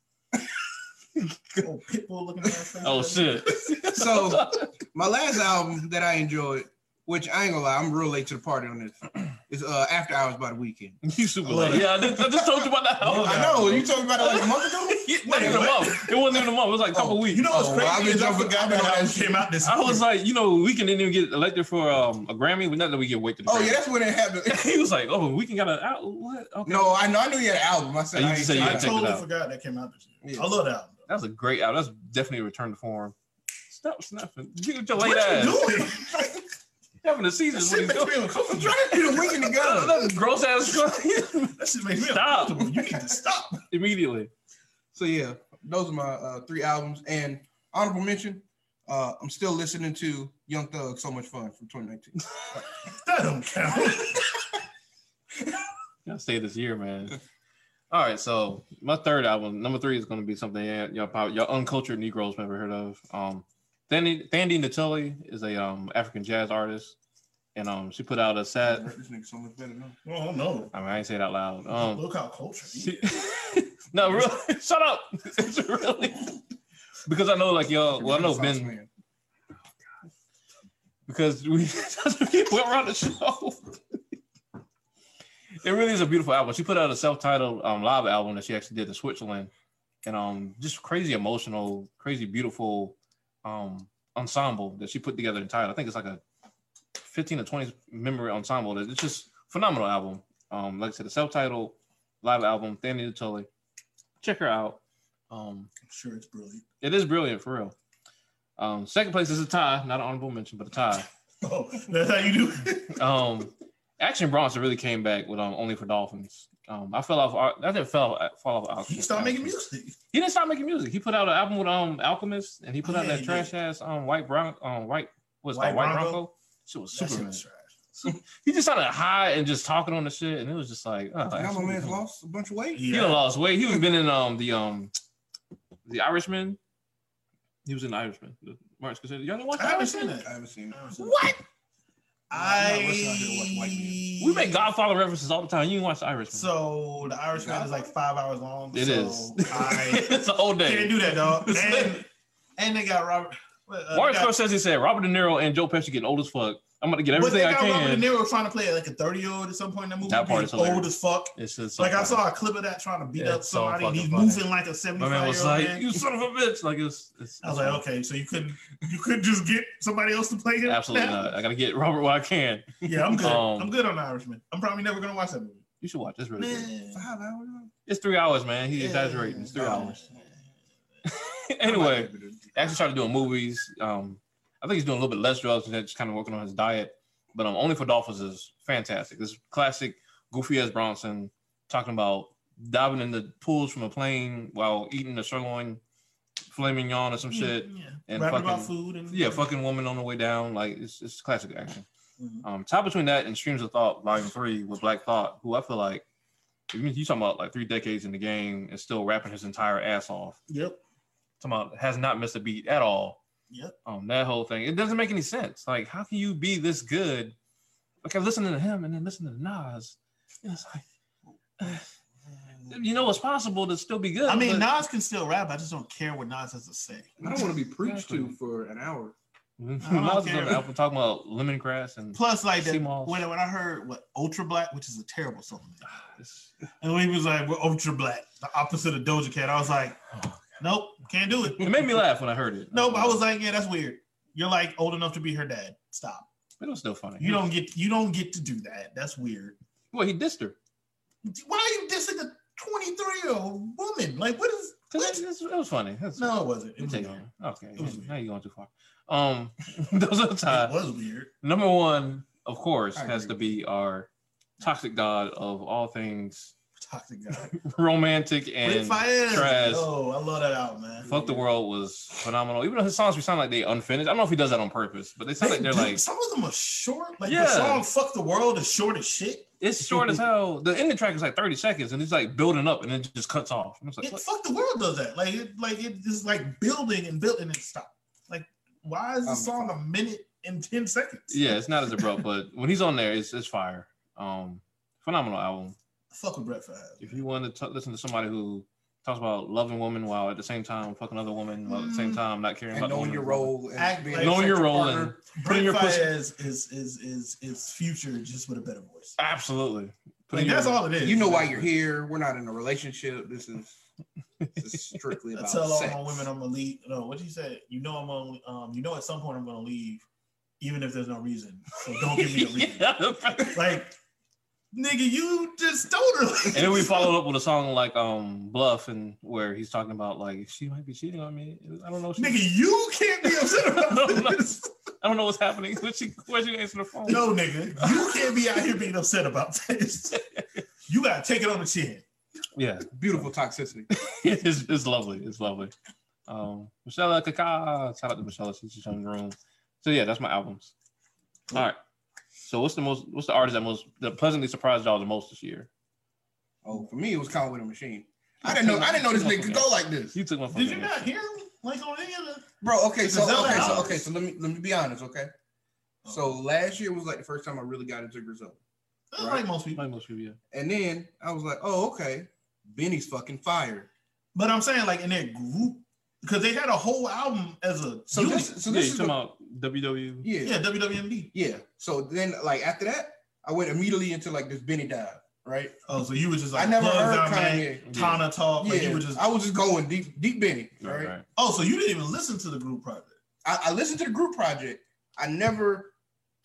Oh, pitbull looking ass. thing.
Oh shit.
So my last album that I enjoyed, which I ain't gonna lie, I'm real late to the party on this, is uh, After Hours by the Weekend.
You super
Oh,
I love
late. Yeah, I just, I just told you about that Oh, album.
Love
I know you talking about it like a month ago.
It wasn't even a month. It wasn't even a month. It was like a couple weeks.
You know what's
Oh,
crazy?
well, I've been
is I
jumping- I've
forgot
been
that
on
album
that shit.
came out this
I
year.
was like, you know, we can didn't even get elected for um, a Grammy. We not that we get weighted.
Oh yeah, that's when it happened.
he was like, oh, we can got an out. What? Okay.
No, I know I knew you had an album. I said
Oh, You
I
just
ain't
said you
I
Yeah,
checked it
had
out.
totally
out.
forgot that came out this year.
Yeah.
I love that album. though.
That was a great album. That's definitely a return to form. Stop snapping. Get with your late
What
ass.
you doing?
Having a
That
season. What
shit
he's
makes
doing.
me uncomfortable.
I'm trying to do the Weekend together.
That's gross ass.
That shit makes me
Stop.
uncomfortable. You need to stop.
Immediately.
So yeah, those are my uh, three albums. And honorable mention, uh, I'm still listening to Young Thug "So Much Fun" from 2019.
That don't count.
Gotta stay this year, man. All right, so my third album, number three, is gonna be something y- y'all probably y'all uncultured Negroes never heard of. Um, Thandi Thandi Natalie is a um African jazz artist, and um she put out a sad.
this nigga so much better now.
Oh no.
I mean, I ain't say it out loud. Um,
Look how culture.
she, no, really, shut up. It's really because I know like y'all. Well, I know
Renaissance
Ben
man.
because we went around the show. it really is a beautiful album. She put out a self-titled um, live album that she actually did in Switzerland, and um, just crazy emotional, crazy beautiful um, ensemble that she put together in title. I think it's like a fifteen to twenty member ensemble. That it's just phenomenal album. Um, like I said, a self-titled live album. Thandi Natoli, check her out. Um,
I'm sure it's brilliant.
it is brilliant for real. Um, second place is a tie, not an honorable mention, but a tie.
Oh, that's how you do. it?
um, Action Bronson really came back with um, only for Dolphins. Um, I fell off. I didn't fell fall off.
he stopped making music.
He didn't stop making music. He put out an album with um Alchemist, and he put
Oh,
out
yeah,
that
he
trash ass um white brown um white what's
White
that white
Bronco?
Bronco. Shit was
That shit
super.
was trash.
He just sounded high and just talking on the shit, and it was just like oh,
Now my
Action
man's
Bronson.
lost a bunch of weight.
He
Yeah.
done lost weight. He was been in um the um the Irishman. He was in the Irishman. The Martin Scorsese. Y'all didn't watch
I
the
haven't seen
Irishman?
that.
I haven't seen. it.
What?
I'm not rushing out here to watch white
I.
We make Godfather references all the time. You didn't watch the Irishman.
So the Irishman is like five hours long.
It is.
so I
it's a whole
can't
day.
do that, dog. And, and they got Robert. well, Uh, they
Martin
got-
Scorsese said Robert De Niro and Joe Pesci getting old as fuck. I'm gonna get
But they
everything I
got Robert
can.
De Niro trying to play like a 30 year old at some point in that movie.
That part
He's
is hilarious.
old as fuck.
It's just so
like I
funny.
saw a clip of that trying to beat
Yeah,
up
it's so
somebody. and he's
fucking funny.
moving like a 75
My man was
year old
like,
man.
"You son of a bitch!" Like it's. it's
I was like, okay, so you couldn't you couldn't just get somebody else to play him?
Absolutely
now?
not. I gotta get Robert while I can.
Yeah, I'm good.
Um,
I'm good on Irishman. I'm probably never gonna watch that movie.
You should watch. It's really good.
Man.
Five hours.
It's three hours, man. He's
Yeah.
exaggerating. It's three
Oh,
hours.
yeah.
anyway,
I'm not-
actually started doing movies. Um, I think he's doing a little bit less drugs and just kind of working on his diet. But um, Only for Dolphins is fantastic. This classic goofy as Bronson talking about diving in the pools from a plane while eating a sirloin filet mignon or
Mm.
some shit.
Yeah, yeah.
and
Rapping about
fucking-
food and
Yeah, fucking woman on the way down. Like it's, it's classic action.
Mhm.
Um, tie between that and Streams of Thought, Volume Three with Black Thought, who I feel like, you you talking about like three decades in the game and still rapping his entire ass off.
Yep.
Talking about has not missed a beat at all.
Yep.
Um, that whole thing it doesn't make any sense. Like, how can you be this good? Like, I'm listening to him and then listening to Nas. And it's like, you know, it's possible to still be good.
I mean,
but-
Nas can still rap. I just don't care what Nas has to say.
I don't want to be preached
Exactly.
to for an hour.
Nas is on
care.
the album talking about lemongrass and
Plus, like the,
Seamoss.
when when I heard what Ultra Black, which is a terrible song,
it's-
and when he was like, "We're Ultra Black," the opposite of Doja Cat, I was like, "Nope, can't do it."
it made me laugh when I heard it.
No, but I was like, yeah, that's weird. You're like old enough to be her dad. Stop.
it was still funny.
You don't get you don't get to do that. That's weird.
Well, he dissed her.
Why are you dissing a 23 year old woman? Like, what is?
'Cause
What?
It, it's- it was funny. That's-
No, it wasn't. It
you
was
take it
weird.
on. Okay,
It was
yeah,
weird.
now you're going too far. Um, those are the
It
time.
was weird.
Number one, of course,
I
has to
agree
be our toxic god of all things
Toxic guy.
romantic
Rick
and
Fires.
trash.
Oh, I love that album, man.
Fuck the world was phenomenal. Even though his songs sound like they unfinished. I don't know if he does that on purpose, but they sound like
They
they're
do-
like
some of them are short. Like
Yeah.
the song "Fuck the World" is short as shit.
it's short as hell. The ending track is like 30 seconds and it's like building up and then it just cuts off. And it's like,
It,
what?
"Fuck the World" does that. Like, it, like it is like building and building and stop. Like, why is the
I'm
song a minute and ten seconds?
Um, Yeah, it's not as abrupt, but when he's on there, it's it's fire. Um, phenomenal album.
Fuck with Brett Favre.
if you want to t- listen to somebody who talks about loving women while at the same time fucking other women while at the same time not caring
And
about the
knowing
woman.
your role.
Act
And being
like-
a
knowing your
sexual
role
partner.
and
Brett
putting your pussy.
Fires is is is is future just with a better voice.
Absolutely.
Like
Putting your-
that's all it is.
you know why you're here. We're not in a relationship. This is, this is strictly
I
about
tell all
sex.
my women I'm gonna leave. No, what you say? You know I'm gonna. Um, you know at some point I'm gonna leave, even if there's no reason. So don't give me a reason.
Yeah.
Like, nigga, you just told her. Like,
And then we followed up with a song like um Bluff and where he's talking about like she might be cheating on me. I don't know. She,
Nigga, you can't be upset about
No, no.
this.
I don't know what's happening. Where she where she answer the phone.
No, nigga, you can't be out here being upset about this. You gotta take it on the chin.
Yeah.
Beautiful toxicity.
it's, it's lovely. It's lovely. Um Michelle Kaka. Shout out to Michelle. She's just on the room. So yeah, that's my albums. All right. So what's the most what's the artist that most that pleasantly surprised y'all the most this year?
Oh, for me, it was Conway the Machine. I didn't know. I didn't know this nigga could go like this,
You took my phone.
Did you not hear him? Like on any of
bro. Okay, so
Is that
okay, so
honest?
okay, so let me let me be honest, okay.
the?
So last year was like the first time I really got into Griselda,
That's like most people.
My most review.
and then I was like, oh, okay, Benny's fucking fire.
But I'm saying like in their group because they had a whole album as a
So
unit.
this, so
yeah,
this
you
is
talking
the,
about E? WW?
yeah,
yeah, WWMD.
Yeah. So then, like after that, I went immediately into like this Benny dive, right?
Oh, so you was just like
I never
Love
heard
Thy Man,
Kanye.
Tana talk. Like
yeah,
you were just
I was just going deep, deep Benny, right?
Right, right.
oh, so you didn't even listen to the group project.
I, I listened to the group project. I never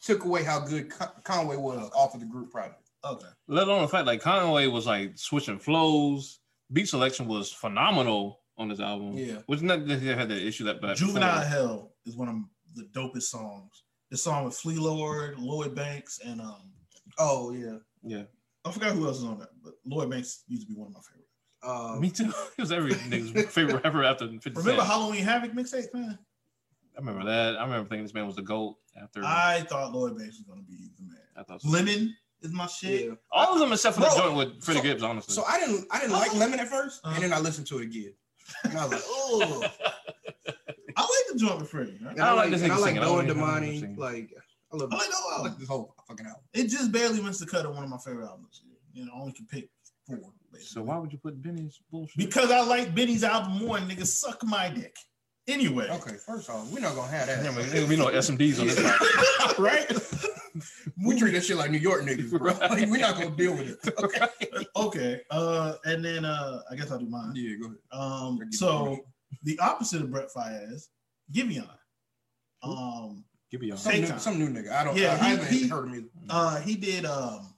took away how good Con- Conway was off of the group project.
Okay,
Let alone the fact like Conway was like switching flows. Beat selection was phenomenal on this album.
Yeah.
Which not that he had that issue that but
Juvenile Hell is one of the dopest songs. The song with Flea Lord, Lloyd Banks, and um,
Oh yeah.
Yeah.
I forgot who else is on that, but Lloyd Banks used to be one of my favorites.
Uh,
Me too. It was every nigga's favorite rapper after 50
Remember
Cent.
Halloween Havoc mixtape, man?
I remember that. I remember thinking this man was the GOAT after I,
I thought Lloyd Banks was gonna be the man.
thought so.
Lemon is my shit.
yeah.
all of them except for the
Bro,
joint with Freddie
so-
Gibbs, honestly.
So I didn't I didn't like Lemon at 1st
Uh-huh.
and then I listened to it again. And I was like, oh.
I like the joint with Freddie. Right?
And I,
I
like,
like this
and I
nigga
like
singing. I
Noah
don't even know him
Damani.
singing.
Like I love
I like the whole
I
album.
like this whole fucking album.
It just barely missed the cut of one of my favorite albums. You know, I only could pick four. Basically.
So why would you put Benny's bullshit?
Because I like Benny's album more, and niggas suck my dick. Anyway,
Okay, first off, we're not gonna have that.
Damn, There will be no SMDs on this. podcast.
right?
We treat that shit like New York niggas, bro.
Right.
Like, we're not gonna deal with it. Okay.
Okay. Uh, and then uh, I guess I'll do mine.
Yeah, go ahead.
Um, so the opposite of Brett Fayez, Giveon. Um,
Give me y'all.
Some new,
Daytime.
some new nigga. I don't.
Yeah,
I, I
he-
haven't
he-
heard of him.
uh, he did um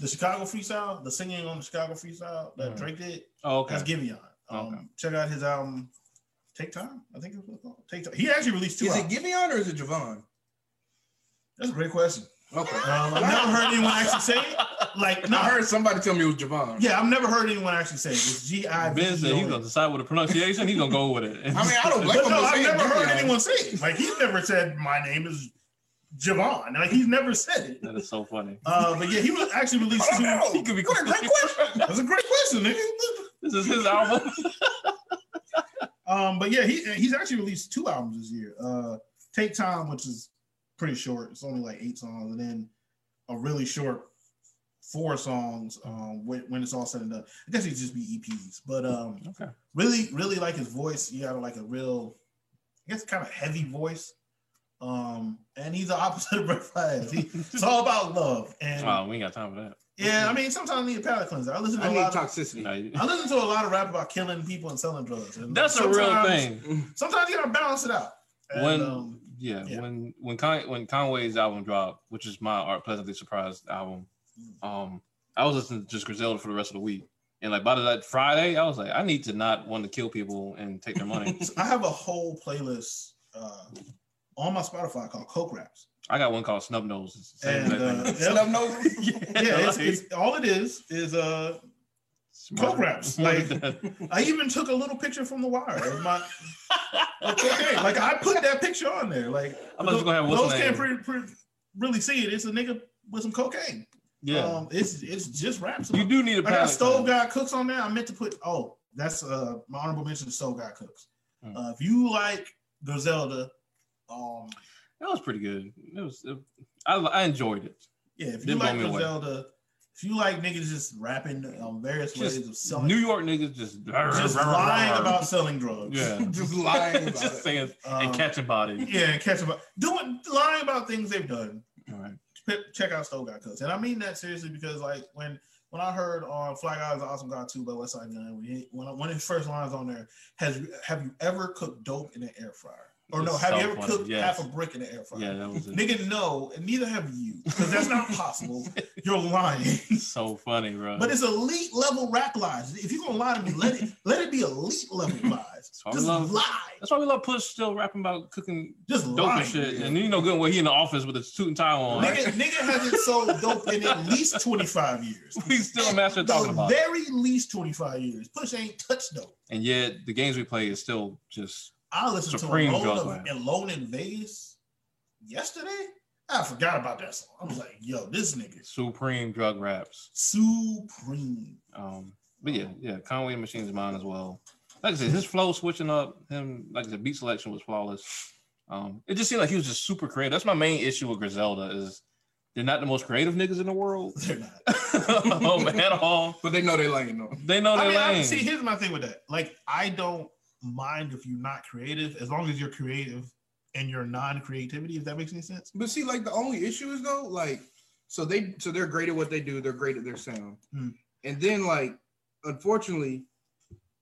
the Chicago freestyle, the singing on the Chicago freestyle that
Mm.
Mhm.
Drake did.
Oh, okay.
That's Giveon. Um,
Okay.
check out his album. Take time, I think it was called. Take time. He actually released two.
Is it
albums.
Giveon or is it Javon?
That's a great question.
Okay.
Um, I've never heard anyone actually say it. Like, no,
I heard somebody tell me it was Javon.
yeah, I've never heard anyone actually say it. It's G I V.
Ben said he's gonna decide with the pronunciation. He's gonna go with it.
I mean, I don't blame
But
him.
no,
for
I've
saying
never heard
Giveon.
anyone say it. Like he's never said my name is Javon. Like he's never said it.
that is so funny.
Uh, but yeah, he was actually released.
I
Two,
don't know.
He could be
What a great question.
that's a great question, nigga.
This is his album.
Um, but yeah, he he's actually released two albums this year. Uh, Take Time, which is pretty short. It's only like eight songs, and then a really short four songs. Um, when, when it's all said and done, I guess it'd just be EPs. But um,
Okay.
really, really like his voice. You got like a real, I guess, kind of heavy voice. Um, and he's the opposite of Brett Fires. He, it's all about love. And
Oh, we ain't got time for that.
yeah, I mean, sometimes I need a palate cleanser. I listen to
I
a
need
lot. Of,
toxicity.
No,
I listen to a lot of rap about killing people and selling drugs. And
That's a real
sometimes-
thing.
Sometimes you gotta balance it out. And,
when
um,
yeah,
yeah.
when when Con- when Conway's album dropped, which is my art pleasantly surprised album, um, I was listening to just Griselda for the rest of the week, and like by that Friday, I was like, I need to not want to kill people and take their money.
I have a whole playlist uh, on my Spotify called Coke Raps. I
I got one called Snub Nose. It's the same
And,
exact
uh,
thing.
Still have no-
Yeah, it's,
like-
it's, all it is is uh, Coke Raps. Like I even took a little picture from the wire of my okay. Like I put that picture on there. Like
I'm just gonna have what's
those
the
can't
name.
pre- pre- really see it. It's a nigga with some cocaine.
yeah,
Um, it's it's just raps.
you do need a
I got
palate.
Stove
cleanser.
Guy Cooks on there. I meant to put oh, that's uh my honorable mention is Stove Guy Cooks.
Mm.
Uh, if you like Griselda, um
That was pretty good. It was. It, I, I enjoyed it.
yeah, if you
Didn't blow
like
me away.
Griselda, if you like niggas just rapping on various
Just
ways of selling
New York niggas just
just lying about selling drugs.
yeah,
just lying about
just
it.
saying
Um,
and catching bodies.
yeah, and catch about doing lying about things they've done.
All right.
Pe- Check out Stove Guy Cooks. And I mean that seriously because like when when I heard on Fly Guy is an awesome guy too by West Side Gun, when he, when one of his first lines on there has have you ever cooked dope in an air fryer? Or no,
It's
have you
so
ever
funny,
cooked
yes.
half a brick in an air fryer?
Yeah, that was it.
Nigga, no, and neither have you, because that's not possible. You're lying.
so funny, bro.
But it's elite level rap lies. If you're gonna lie to me, let it let it be elite level lies.
why we
Just
love-
lie.
that's why we love Push still rapping about cooking
Just
dope
lie.
and shit. And you know good when he in the office with a suit and tie on.
Nigga, nigga hasn't sold dope in at least 25 years.
We still a master at talking
The
about. it.
very least 25 years. Push ain't touched dope.
And yet the games we play is still just
I listened
Supreme
to
drug
Alone,
line.
in- Alone in Vegas yesterday. I forgot about that song. I was like, yo, this nigga is
supreme drug raps.
supreme.
Um, but yeah, yeah, Conway and Machine is mine as well. Like I said, his flow switching up, him like I said, beat selection was flawless. Um, it just seemed like he was just super creative. That's my main issue with Griselda is they're not the most creative niggas in the world
They're not.
um, at all.
But they know they lying though.
They know
I
their
mean, I,
lane.
see, here's my thing with that. Like, I don't mind if you're not creative, as long as you're creative and your non-creativity. If that makes any sense.
But see, like the only issue is though, like, so they so they're great at what they do, they're great at their sound.
Hmm.
And then like unfortunately,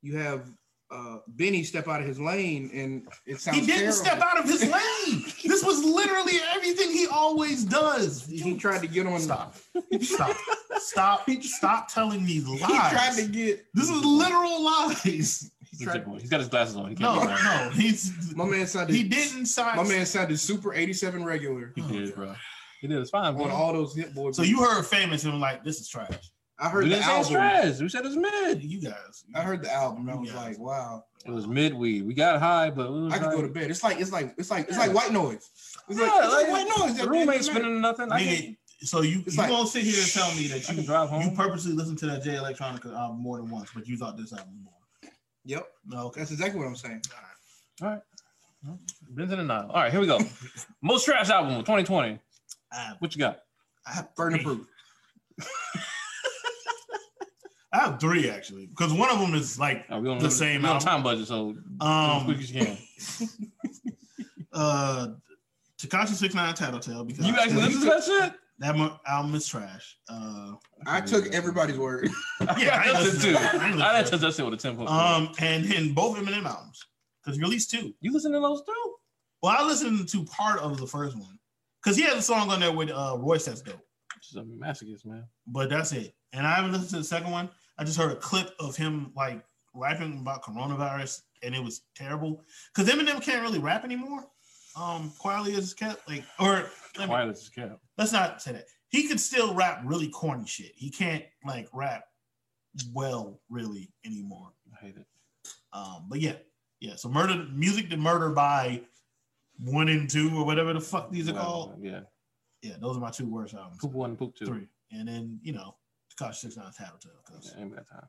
you have uh Benny step out of his lane and it sounds
he didn't
terrible.
step out of his lane. this was literally everything he always does.
He tried to get on
stop, stop, stop, stop telling me lies.
He tried to get
This is literal lies.
he
He's,
tried-
different. He's got his glasses on. He can't
No,
be blind.
no, he's
my man sounded
he didn't sign.
my man sounded super 87 regular
He did, bro. He did. It's fine.
on
bro.
all those hit boy
Mm-hmm. So
beats.
you heard famous and like this is trash.
I
we
heard the
didn't say it's
album.
trash. We said it's mid.
You guys,
I heard the album. I was
Yeah.
like, wow.
It was mid weed. We got high, but we was
I could
like,
go to bed. It's like it's like it's like it's
Yeah.
like white noise. It's like,
Yeah,
it's like
like,
white noise.
the room ain't
It doesn't
spinning nothing. I
Nigga,
can,
So you
It's
you
like-
gonna sit here and tell me that
I
you
can drive home.
you purposely listened to that J Electronica album more than once, but you thought this album more.
matter. Yep,
No, okay.
that's exactly what I'm saying.
Benson and Nile. All right, here we go. Most trash album of 2020.
I,
What you got?
I have
Burning proof.
I have three actually, because one of them is like
Uh, we on
The same
we on
album.
time budget, so as quick
um
as you can.
uh Takashi Six Nine Tattletale because
You actually listen to that shit?
that mo- album is trash. Uh,
I took everybody's word.
Yeah, I
I
listen
listened to.
to it. I ain't
I
listen
listened to that shit with a ten point.
um, and then both Eminem albums because he released two.
you listen to those too?
Well, I listened to part of the first one because he has a song on there with uh Royce that's dope,
She's a masochist, man.
but that's it. And I haven't listened to the second one. I just heard a clip of him like rapping about coronavirus, and it was terrible because Eminem can't really rap anymore. Um, quietly as kept like, or let me-
Why this is cap?
let's not say that he could still rap really corny shit. He can't like rap well really anymore.
I hate it.
Um, but yeah, yeah. So murder music to murder by one and two or whatever the fuck these are
Well,
called.
Yeah,
Yeah, those are my two worst albums.
poop one, poop two.
Three, and then you know, Takashi Six Nine Tattletale. Cause
Yeah, ain't got time.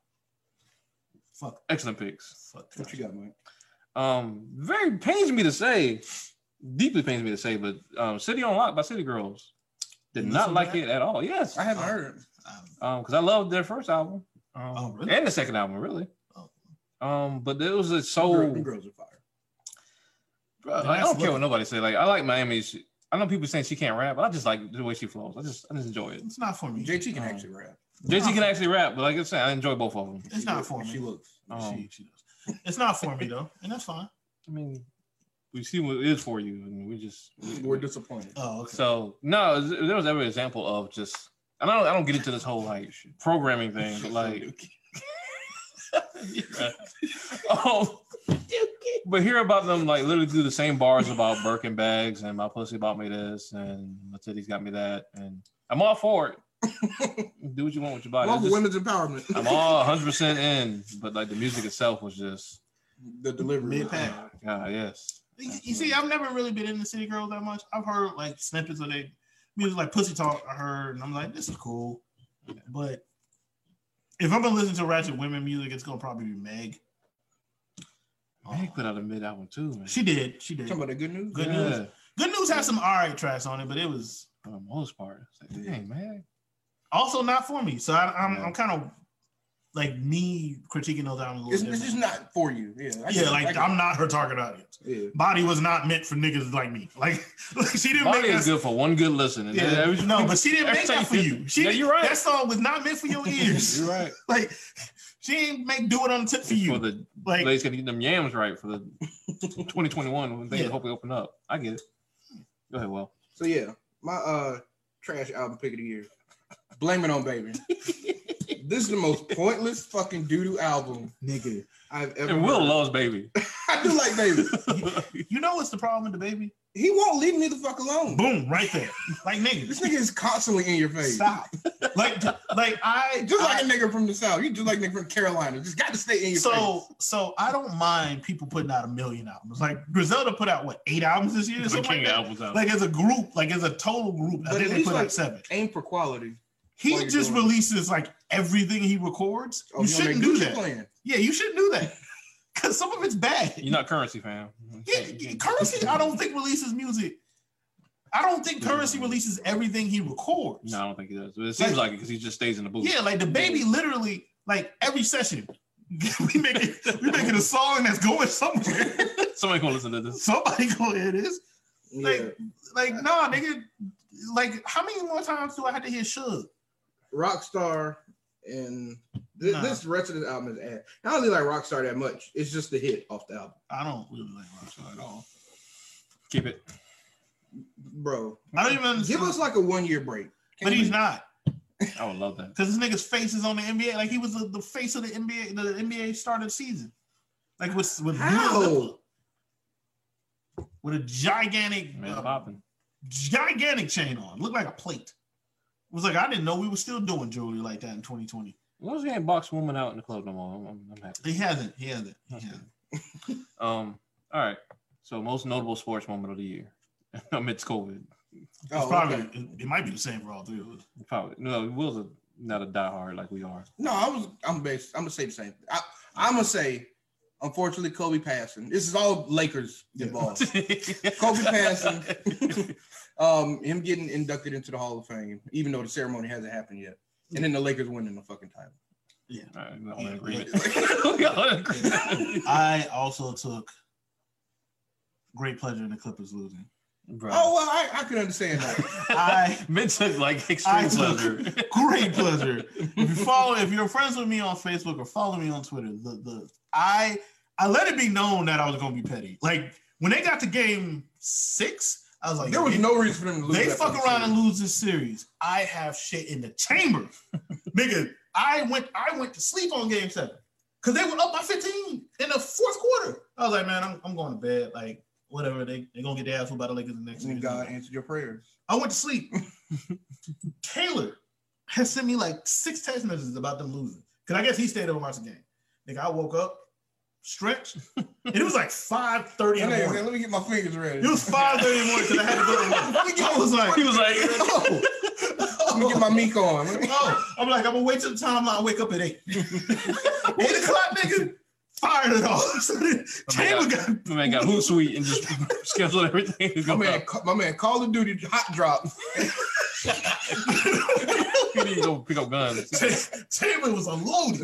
fuck,
Excellent picks.
fuck.
What you
Tekashi.
got, Mike?
Um, very pains me to say, deeply pains me to say, but um, City on Lock by City Girls did
You
not
listen to
like
that?
it at all. Yes,
I haven't
Oh.
heard.
Um,
um, because I loved their first album. Um,
Oh, really?
And the second album, really.
Oh.
Um, but it was a
Girl-
soul.
them girls are fire.
Bruh, like, I
that's
don't care what
look-
nobody say. Like I like Miami. She, I know people saying she can't rap, but I just like the way she flows. I just I just enjoy it.
it's not for me.
JT can
Um,
actually rap.
JT can actually rap, but like I said, I enjoy both of them.
It's
She
not
looks-
for me.
She looks.
Um,
She- she does. It's not for me though, and that's fine.
I mean, we see what it is for you, and we just
We're disappointed.
Oh, okay.
so no. If there was ever an example of just, and I don't, I don't get into this whole like programming thing, but like, uh, oh, but hear about them like literally do the same bars about Birkin bags and my pussy bought me this and my titties got me that, and I'm all for it. do what you want with your body. I
Well,
just-
women's empowerment.
I'm all 100 percent in, but like the music itself was just,
the delivery. Uh,
Mid pack.
ah, yes.
You you see, I've never really been into City Girls that much. I've heard like snippets of their music, like Pussy Talk. I heard, and I'm like, this is cool. But if I'm gonna listen to ratchet women music, it's gonna probably be Meg.
Meg put out a mid album too, man.
She did, she did.
Talking about the good news.
Good news. Good News has some alright tracks on it, but it was
for the most part. It's like,
Yeah.
dang, man.
also not for me. So I, I'm,
Yeah.
I'm kind of like me critiquing those albums. A
It's,
little
it's just
different.
not for you. Yeah. I get
yeah,
it. I
like
get it.
I'm not her target audience.
Yeah.
Body was not meant for niggas like me. Like, like she didn't
Body
make
is
us
good for one good listen. And
Yeah,
every-
no, but she didn't
every
make
time
that for you. She,
yeah, you're right.
That song was not meant for your ears.
you're right.
Like she didn't make do it on the tip for
For
you.
the
like
ladies gotta get them yams right for the 2021 when things
Yeah.
hopefully open up. I get it. Go ahead, well.
So yeah, my uh trash album pick of the year. Blame it on baby. this is the most pointless fucking doodoo album
nigga,
I've ever.
And Will
heard.
loves baby.
I do like baby.
you know what's the problem with the baby?
He won't leave me the fuck alone.
Boom, right there. Like
This
nigga,
nigga is constantly in your face.
stop. Like like I
Just
I-
like a nigga from the south. You just like a nigga from Carolina. Just got to stay in your
so so I don't mind people putting out a million albums. Like Griselda put out what eight albums this year, or
the
something like
king
that.
album's out.
Like as a group, like as a total group, I
But
think
at
they
least,
put
like,
out seven.
face. Aim for quality. while
He
you're
just
doing it.
releases like everything he records.
Oh,
you
he on that
shouldn't do
Gucci
that.
plan.
Yeah, you shouldn't do that. Cause some of it's bad.
You're not currency fam. You
Yeah,
can't- you can't-
currency, I don't think releases music. I don't think currency releases everything he records.
No, I don't think he does. But it seems
Like-
like it because he just stays in the booth.
Yeah, like the baby literally, like every session, we make it, we making a song that's going somewhere.
Somebody gonna listen to this.
Somebody gonna hear this.
Yeah.
Like, like, nah, nigga. Like, how many more times do I have to hear Suge?
Rockstar and th-
Nah.
this rest of this album is ass. I don't really like Rockstar that much. It's just the hit off the album.
I don't really like Rockstar at all.
Keep it.
Bro,
I don't even understand.
give us like a one year break.
but he's not,
I would love that.
cause this nigga's face is on the NBA. Like he was the, the face of the NBA. The NBA started season. Like with with
How?
Dua Lipa. with a gigantic,
Man,
uh,
popping.
gigantic chain on. Looked like a plate. It was like I didn't know we were still doing jewelry like that in 2020.
As long as we ain't box woman out in the club no more, I'm, I'm, I'm happy.
He hasn't. He hasn't. He
That's
hasn't.
good. um. All right. So most notable sports moment of the year amidst COVID.
Oh,
it's probably.
okay.
It, it might be the same for all three of us.
Probably no. Will's a, not a diehard like we are.
No, I was. I'm bas I'm gonna say the same. thing. I, I'm gonna say, unfortunately, Kobe passing. This is all Lakers involved. Kobe passing. um, him getting inducted into the Hall of Fame, even though the ceremony hasn't happened yet, and then the Lakers winning the fucking title.
Yeah.
All right, we're all in
Yeah.
agreement. we all in agreement.
I also took great pleasure in the Clippers losing.
Bro.
Oh well, I, I can understand that.
I-
men took like extreme
I took-
pleasure.
Great pleasure. if you follow, if you're friends with me on Facebook or follow me on Twitter, the the I I let it be known that I was gonna be petty. Like when they got to game six, I was like,
there was
they,
no reason for them to lose.
they
that
fuck
fucking
around
series.
and lose this series. I have shit in the chamber, nigga. I went I went to sleep on game seven because they were up by 15 in the fourth quarter. I was like, man, I'm, I'm going to bed. Like whatever, they they gonna get their ass whooped by the Lakers the next
And
series.
God answered your prayers.
I went to sleep. Taylor has sent me like six text messages about them losing. Cause I guess he stayed up and watched the game. Nigga, I woke up, stretched, and it was like 5:30 in
Hey,
the
man,
morning.
let me get my fingers ready.
It was 5:30 in the morning because I had to go to work.
Let me get,
I was like,
He was like,
oh, let me get my meek on. Let me-
oh, I'm like, I'm gonna wait till the time I wake up at eight. eight o'clock, nigga. Fired it all. So then Taylor got
my man got Hootsuite and just scheduled everything to
My
go
man,
up.
my man, Call of Duty hot drop.
He didn't go pick up guns.
Taylor was unloaded,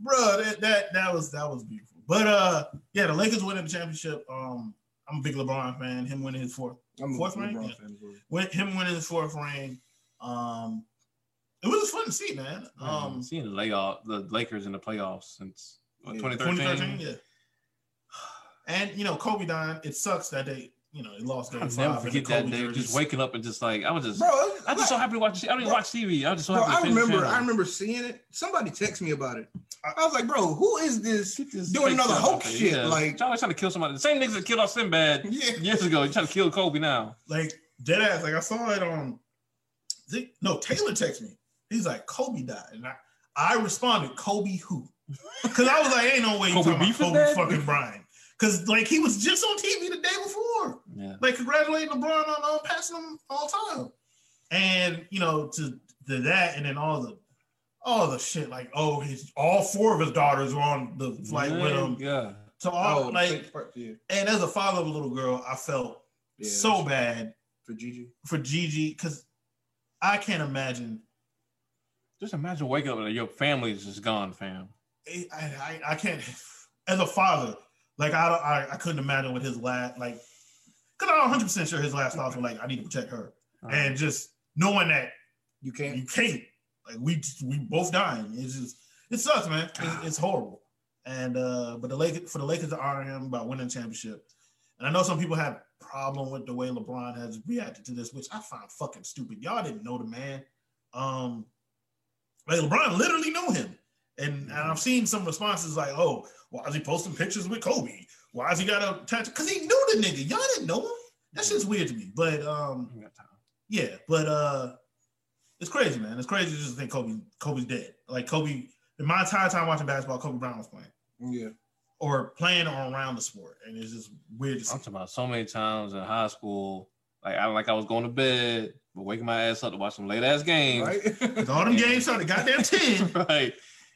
bro. That, that that was that was beautiful. But uh, yeah, the Lakers winning the championship. Um, I'm a big LeBron fan. Him winning his fourth,
I'm a
Fourth ring?
LeBron
Yeah.
fan as well.
win, him winning his fourth ring. Um, it was fun to see, man.
Um,
Um,
seeing the layoff, the Lakers in the playoffs since what,
Yeah.
2013.
2013, yeah. And you know, Kobe dying. It sucks that they, you know, they lost game
I'll
five.
never
and the
forget that
Kobe
day.
jerseys.
Just waking up and just like I was just,
Bro, it was-
I was just so happy to watch. I didn't even
Bro.
watch TV. I was just so
Bro,
happy. to
I
finish
remember,
channel.
I remember seeing it. Somebody texted me about it. I I was like, bro, who is this?
This
doing
fake
another
stuff
Hulk
out there,
shit,
yeah.
like-
y'all always trying to kill somebody. The same niggas that killed off Sinbad
Yeah,
years ago. You trying to kill Kobe now?
like dead ass. Like I saw it on. Z- No, Taylor texted me. He's like Kobe died, and I I responded Kobe who? Because I was like, ain't no way you
Kobe
talking about
beef is
Kobe
dead?
fucking Bryant. Because like he was just on TV the day before,
Yeah,
like congratulating LeBron on, on passing him all time, and you know to, to that, and then all the all the shit like oh his all four of his daughters were on the flight with him.
Yeah,
So all,
Oh,
like
fake part, yeah.
and as a father of a little girl, I felt
Yeah,
so bad
for Gigi.
for Gigi because I can't imagine.
just imagine waking up and your family is just gone, fam.
I, I, I can't as a father. Like I don't, I, I couldn't imagine what his last like. Cause I'm 100 percent sure his last thoughts were like, I need to protect her,
Uh-huh.
and just knowing that
You can't.
you can't. Like we we both dying. It's just it sucks, man. It's, it's horrible. And uh but the Lakers for the Lakers to honor him by winning the championship. And I know some people have problem with the way LeBron has reacted to this, which I find fucking stupid. Y'all didn't know the man. Um like LeBron literally knew him. And, and I've seen some responses like, oh, why is he posting pictures with Kobe? Why is he got a tattoo? Because he knew the nigga. Y'all didn't know him. That shit's weird to me. But um,
We got time.
yeah, but uh it's crazy, man. It's crazy to just think Kobe Kobe's dead. Like Kobe, in my entire time watching basketball, Kobe Brown was playing
Yeah,
or playing or around the sport, and it's just weird to see.
I'm talking about so many times in high school, like I like I was going to bed, but waking my ass up to watch some late ass games.
right.
'Cause all them games started goddamn ten.
right?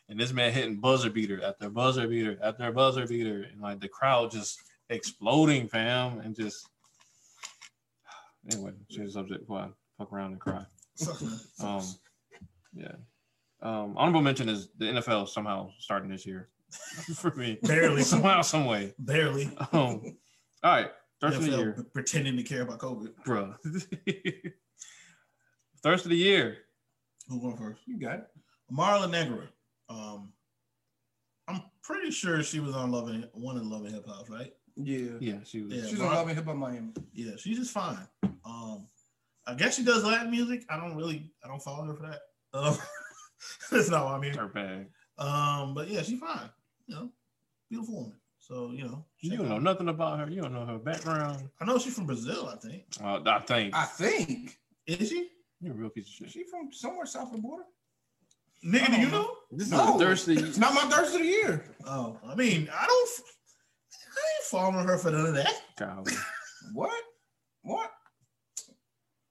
And this man hitting buzzer beater after buzzer beater after buzzer beater, and like the crowd just exploding, fam, and just anyway, change the subject before I fuck around and cry. Um, yeah. Um, honorable mention is the NFL somehow starting this year for me,
barely,
somehow, some way.
barely.
Um, all right, third of the
NFL
year,
pretending to care about COVID.
bro. Thirst of the year.
Who going first?
you got it.
Marla Negra. Um, I'm pretty sure she was on loving one of loving hip hop, right?
Yeah,
Yeah, she was.
Yeah.
she's on Love and Hip Hop Miami.
Yeah, she's just fine. Um, I guess she does Latin music. I don't really, I don't follow her for that. Um, that's not why I'm here.
Her bag.
Um, but yeah, she's fine. You know, beautiful woman. So you know,
You
check
don't
her
know
out.
nothing about her. You don't know her background.
I know she's from Brazil. I think
Uh, I think
I think
is she?
you're a real piece of shit.
she from somewhere south of the border. I
Nigga, do
don't
you
know.
know?
This
is the thirsty- It's not my thirst of the year.
Oh, I mean, I don't. f- I ain't following her for none of that.
What? What?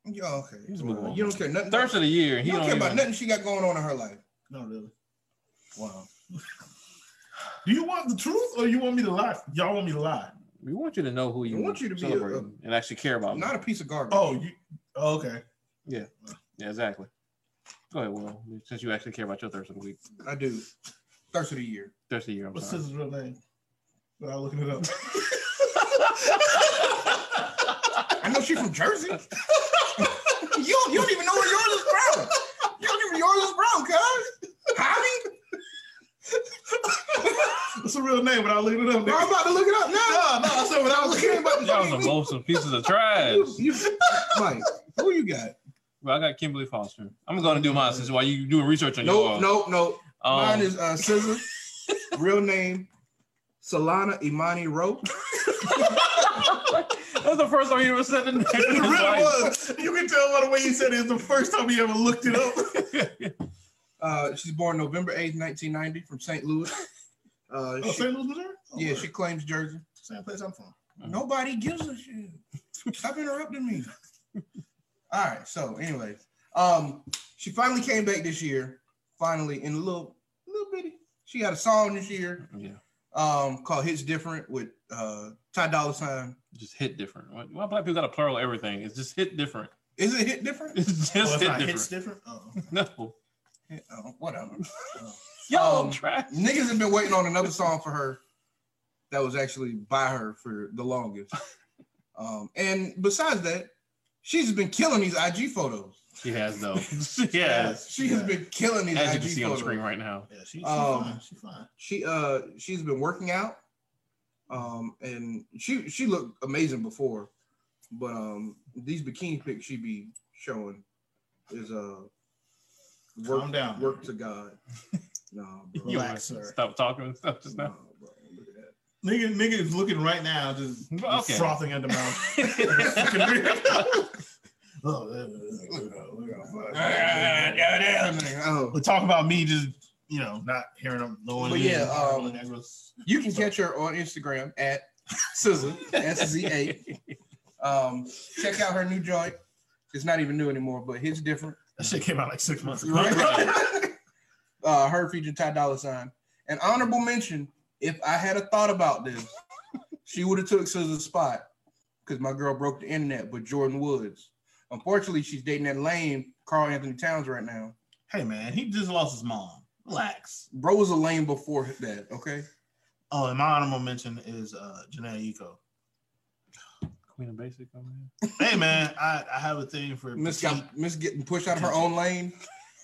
Yeah, okay.
Let's move on.
You don't care nothing.
Thirst of the year. He
you
don't,
don't care about
even-
nothing she got going on in her life.
No, really.
Wow.
Do you want the truth or you want me to lie? Y'all want me to lie?
We want you to know who you
We want you to be a-
celebrate and Oh. actually care about.
Not
Not
a piece of garbage.
Oh, you. oh, okay.
yeah, exactly. Go ahead, Will. Since you actually care about your thirst of the week,
I do. Thirst of the year.
thirst of the year. I'm
What's
sorry.
his real name? Without looking it up.
I know she's from Jersey. you, don't, you don't even know where yours is from. You don't even know where yours is from, cuz. Hobby?
What's the real name without looking it up?
Bro, I'm
nigga?
about to look it up now.
No, no, I said without looking it up.
Y'all are both some pieces of trash.
You, you- Mike, who you got?
Well, I got Kimberly Foster. I'm gonna do mine since while you doing research on
Nope,
your
nope, nope.
Um,
Mine is uh, Scissor. Real name, Solana Imani Rope.
That's the first time you ever said the name.
It really was. You can tell by the way you said it. It's the first time you ever looked it up.
Uh, she's born November 8th, 1990, from St. Louis. Uh,
Oh,
she-
St. Louis, Missouri? Oh,
yeah,
word.
she claims Jersey.
Same place I'm from.
Mhm.
Nobody gives a shit. Stop interrupting me. All right. So, anyway, um, she finally came back this year. Finally, in a little, little bitty. She had a song this year
Yeah,
um, called "Hits Different" with uh, Ty Dolla Sign.
just hit different. Why, why black people got a plural everything? It's just hit different.
Is it hit different?
It's
Oh,
just
it's
hit
not
different.
hits different. Oh,
No,
Yeah, oh, whatever.
y'all
Um,
trash.
Niggas have been waiting on another song for her that was actually by her for the longest. Um, and besides that, she's been killing these IG photos.
She has though. She has.
She has
Yeah.
been killing these
As
IG
you can see on the
photos.
screen right now.
Yeah, she, she
Um,
fine. She fine.
She uh she's been working out. Um and she she looked amazing before, but um these bikini pics she be showing is uh work,
Calm down.
work to God. no, bro.
You
Relax,
wanna
sir.
Stop talking and stuff just
No,
now.
bro. Look at that.
Nigga, nigga is looking right now, just
Okay.
frothing at the mouth. Oh, yeah, yeah,
Ah,
yeah, yeah, yeah.
Oh.
But talk about me just, you know, not hearing them, knowing.
But
me.
yeah, um,
Knowing that was-
You can catch her on Instagram at Sizzle S Z A. Um, check out her new joint. It's not even new anymore, but it's different,
that shit came out like six months ago.
right? uh, her featuring Ty Dolla Sign. An honorable mention. If I had a thought about this, she would have took Scissor's spot because my girl broke the internet. But Jordan Woods. Unfortunately, she's dating that lame Carl Anthony Towns right now.
Hey man, he just lost his mom. Relax.
Bro was a lame before that. Okay.
Oh, and my honorable mention is uh Janae Eco.
Queen of Basic, oh man.
Hey man, I, I have a thing for
Miss
petite-
got Miss getting pushed out of her own lane.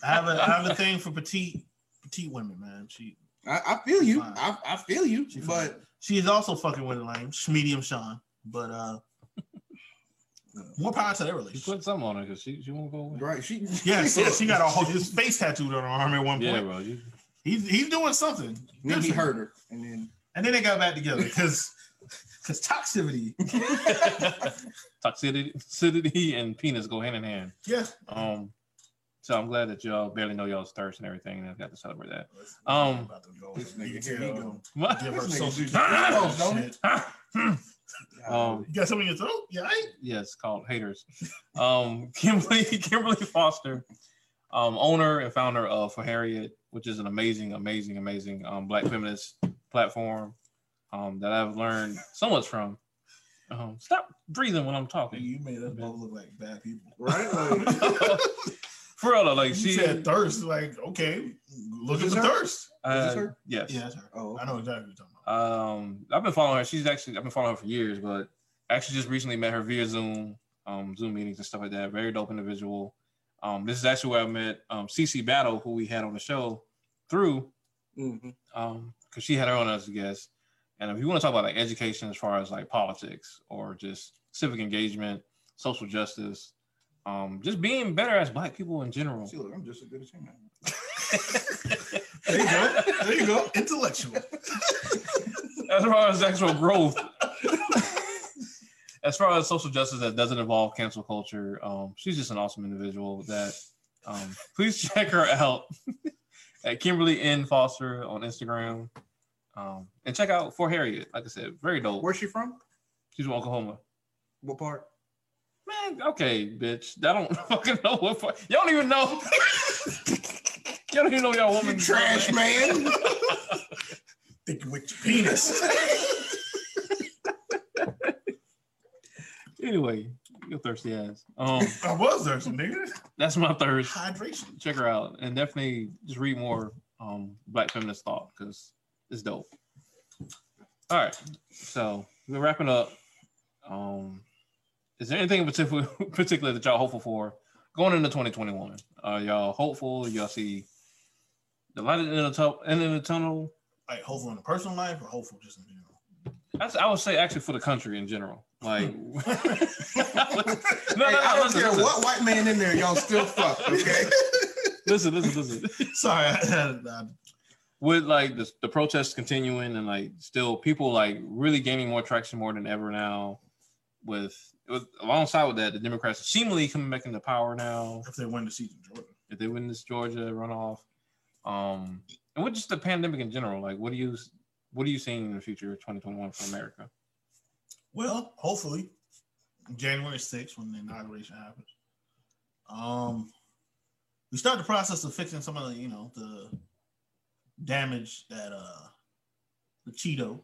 I have a I have a thing for petite petite women, man. She
I, I feel you.
Fine.
I, I feel you.
she
But
she is also fucking with a lame, sh- medium Sean. But uh more power to their
She
relationship.
put something on her because she, she won't go away.
right, she
Yes, yes, she got a whole his face tattooed on her arm at one point.
Yeah, bro. You,
He's he's doing something.
Then
Good
he
for him.
hurt her, and then
And then they got back together because because toxicity.
toxicity, acidity, and penis go hand in hand.
Yeah.
Um, so I'm glad that y'all barely know y'all's thirst and everything, and I've got to celebrate that. Um,
About to go.
this nigga here
Yeah.
he go.
What?
um, Give her
This nigga
social-
do drugs, don't he?
Shit.
Um,
Oh, You got something in your throat? Yeah, I
yes, it's called haters. Um, Kimberly, Kimberly Foster, um, owner and founder of For Harriet, which is an amazing, amazing, amazing um, Black feminist platform um, that I've learned so much from. Um, stop breathing when I'm talking.
You made us both look like bad people.
right? Like,
For real, though, like
She
she,
said thirst. Like, okay, look at
Is
the
this her?
thirst.
uh,
Is this her?
yes,
Yeah, that's her.
oh,
I know exactly what you're talking about.
Um, I've been following her. She's actually I've been following her for years, but actually just recently met her via Zoom, um, Zoom meetings and stuff like that. Very dope individual. Um, this is actually where I met um, CC Battle, who we had on the show through,
mhm.
um, because she had her own as a guest. And if you want to talk about like education as far as like politics or just civic engagement, social justice, um, just being better as Black people in general.
See, look, I'm just as good as him.
There you go. There you go. Intellectual.
as far as actual growth, as far as social justice that doesn't involve cancel culture, um, she's just an awesome individual. That um, please check her out at Kimberly N Foster on Instagram, um, and check out for Harriet. Like I said, very dope.
Where's she from?
She's from Oklahoma.
What part?
Man, okay, bitch. I don't fucking know what. fu- Y'all don't even know. y'all don't even know y'all woman.
Trash man.
Think with your penis.
Anyway, Your thirsty ass. Um,
I was thirsty, nigga.
that's my thirst.
Hydration.
Check her out and definitely just read more um black feminist thought because it's dope. All right, so we're wrapping up. Um, is there anything in particular, particular that y'all hopeful for going into 2021? Are y'all hopeful? Y'all see the light at the end of the tu- end of the tunnel?
Like hopeful in a personal life or hopeful just in general.
That's, I would say actually for the country in general. Like, no, no,
Hey, I
no,
don't
listen,
care
listen,
what white man in there, y'all still fuck. Okay.
listen, listen, listen.
Sorry, I, I,
With like the, the protests continuing and like still people like really gaining more traction more than ever now. With, with alongside with that, the Democrats are seemingly coming back into power now.
if they win the season, Jordan.
If they win this Georgia runoff, um, and with just the pandemic in general, like what do you what are you seeing in the future of 2021 for America?
Well, hopefully, January 6th when the inauguration happens. Um, we start the process of fixing some of the, you know, the damage that uh the Cheeto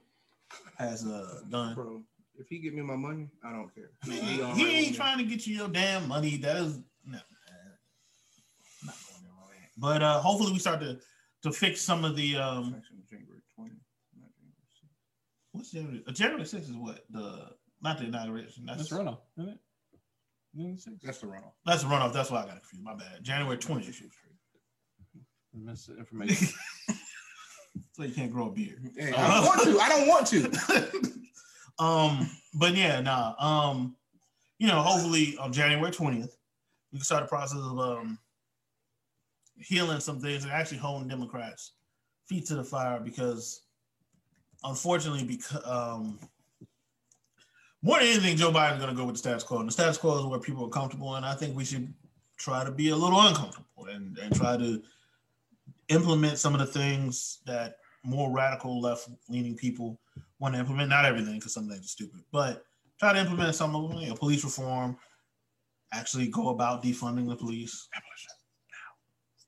has uh done.
Bro, if he give me my money, I don't care.
He,
He all right
ain't
with
trying to get you your damn money. That is no, man. I'm not going there, my man. But uh, hopefully, we start to to fix some of the
me.
um.
Actually, January 20, not January
What's January? uh, January 6th is what the not the inauguration. That's
That's runoff, isn't it? Isn't it six?
6th. That's the runoff.
That's the runoff. That's why I got confused. My bad. January 20th.
misinformation.
So you can't grow a beard.
Hey, I don't want to. I don't want to.
um, but yeah, nah. Um, you know, hopefully on January 20th, we can start the process of um healing some things and actually holding Democrats feet to the fire because unfortunately, because um more than anything, Joe Biden's gonna go with the status quo. And the status quo is where people are comfortable, and I think we should try to be a little uncomfortable and, and try to implement some of the things that more radical left leaning people want to implement. Not everything, because some things are stupid, but try to implement some of them. You know, police reform. Actually, go about defunding the police. Abolition.